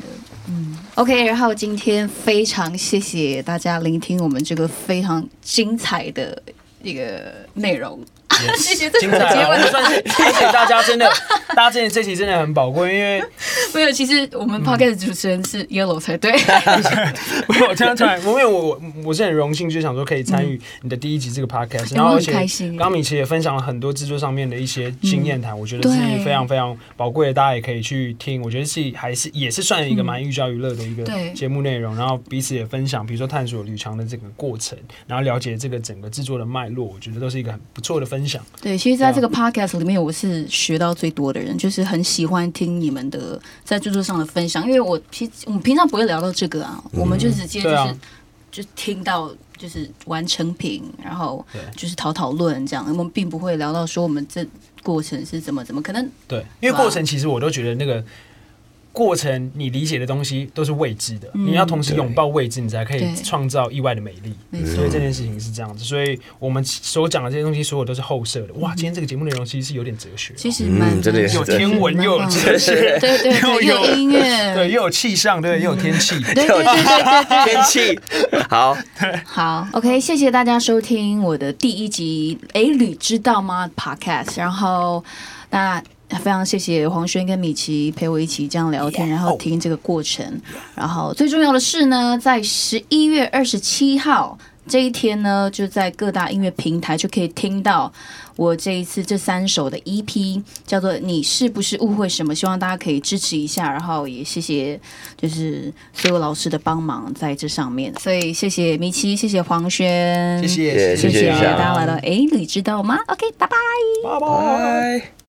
S1: 嗯，OK，然后今天非常谢谢大家聆听我们这个非常精彩的一个内容。 谢谢这
S3: 精
S1: 个
S3: 彩
S1: 结
S3: 啊！我
S1: 尾
S3: 们算 是谢谢大家，真的，大家真的这期真的很宝贵，因为
S1: 没有，其实我
S3: 嗯
S1: 们 podcast 主持人是 Yellow 才对。
S3: 没有，突然突然，因为我我我是很荣幸，就想说可以参与你的第一集这个 podcast，、
S1: 嗯哎
S3: 然
S1: 我
S3: 后而
S1: 很
S3: 且
S1: 开心嗯
S3: 刚刚米奇也分享了很多制作上面的一些经验谈，我觉得
S1: 对
S3: 是非常非常宝贵的，大家也可以去听。我觉得是还是也是算一个蛮寓教于乐的一个
S1: 嗯对
S3: 节目内容，然后彼此也分享，比如说探索吕强的这个过程，然后了解这个整个制作的脉络，我觉得都是一个很不错的分享。
S1: 对，其实在这个 podcast 里面，我是学到最多的人，就是很喜欢听你们的在制作上的分享，因为我平我们平常不会聊到这个啊，我们就直接就
S3: 对
S1: 是、
S3: 啊
S1: 就听到就是完成品，然后
S3: 对
S1: 就是讨讨论这样，我们并不会聊到说我们这过程是怎么怎么，可能
S3: 对，因为
S1: 哇
S3: 过程其实我都觉得那个过程你理解的东西都是未知的，你要同时拥抱未知，你才可
S1: 对
S3: 以创造意外的美丽。
S1: 没错
S3: 所以这件事情是这样子，所以我们所讲的这些东西，所有都是后设的。哇，今天这个节目内容其实是有点哲学哦、
S1: 其实蛮
S2: 嗯真的也是
S3: 有天文又有哲，学，
S1: 对对对，
S3: 又
S1: 有
S3: 有
S1: 音乐，
S3: 对，又有气象，对，又有天气。
S1: 对对对对对对
S2: 天气好，
S1: 好，OK，谢谢大家收听我的第一集《诶，你知道吗》Podcast。然后，那非常谢谢黄轩跟米奇陪我一起这样聊天，然后听这个过程。然后最重要的是呢，在十一月二十七号这一天呢，就在各大音乐平台就可以听到我这一次这三首的 EP，叫做《你是不是误会什么》，希望大家可以支持一下，然后也谢谢就是所有老师的帮忙在这上面，所以谢谢米奇，谢谢黄轩，
S3: 谢
S2: 谢
S3: 谢
S1: 谢
S2: 谢
S1: 谢
S2: 谢
S1: 大
S2: 谢
S1: 家来到，诶，你知道吗？OK，拜拜。
S3: 拜拜。
S2: 拜。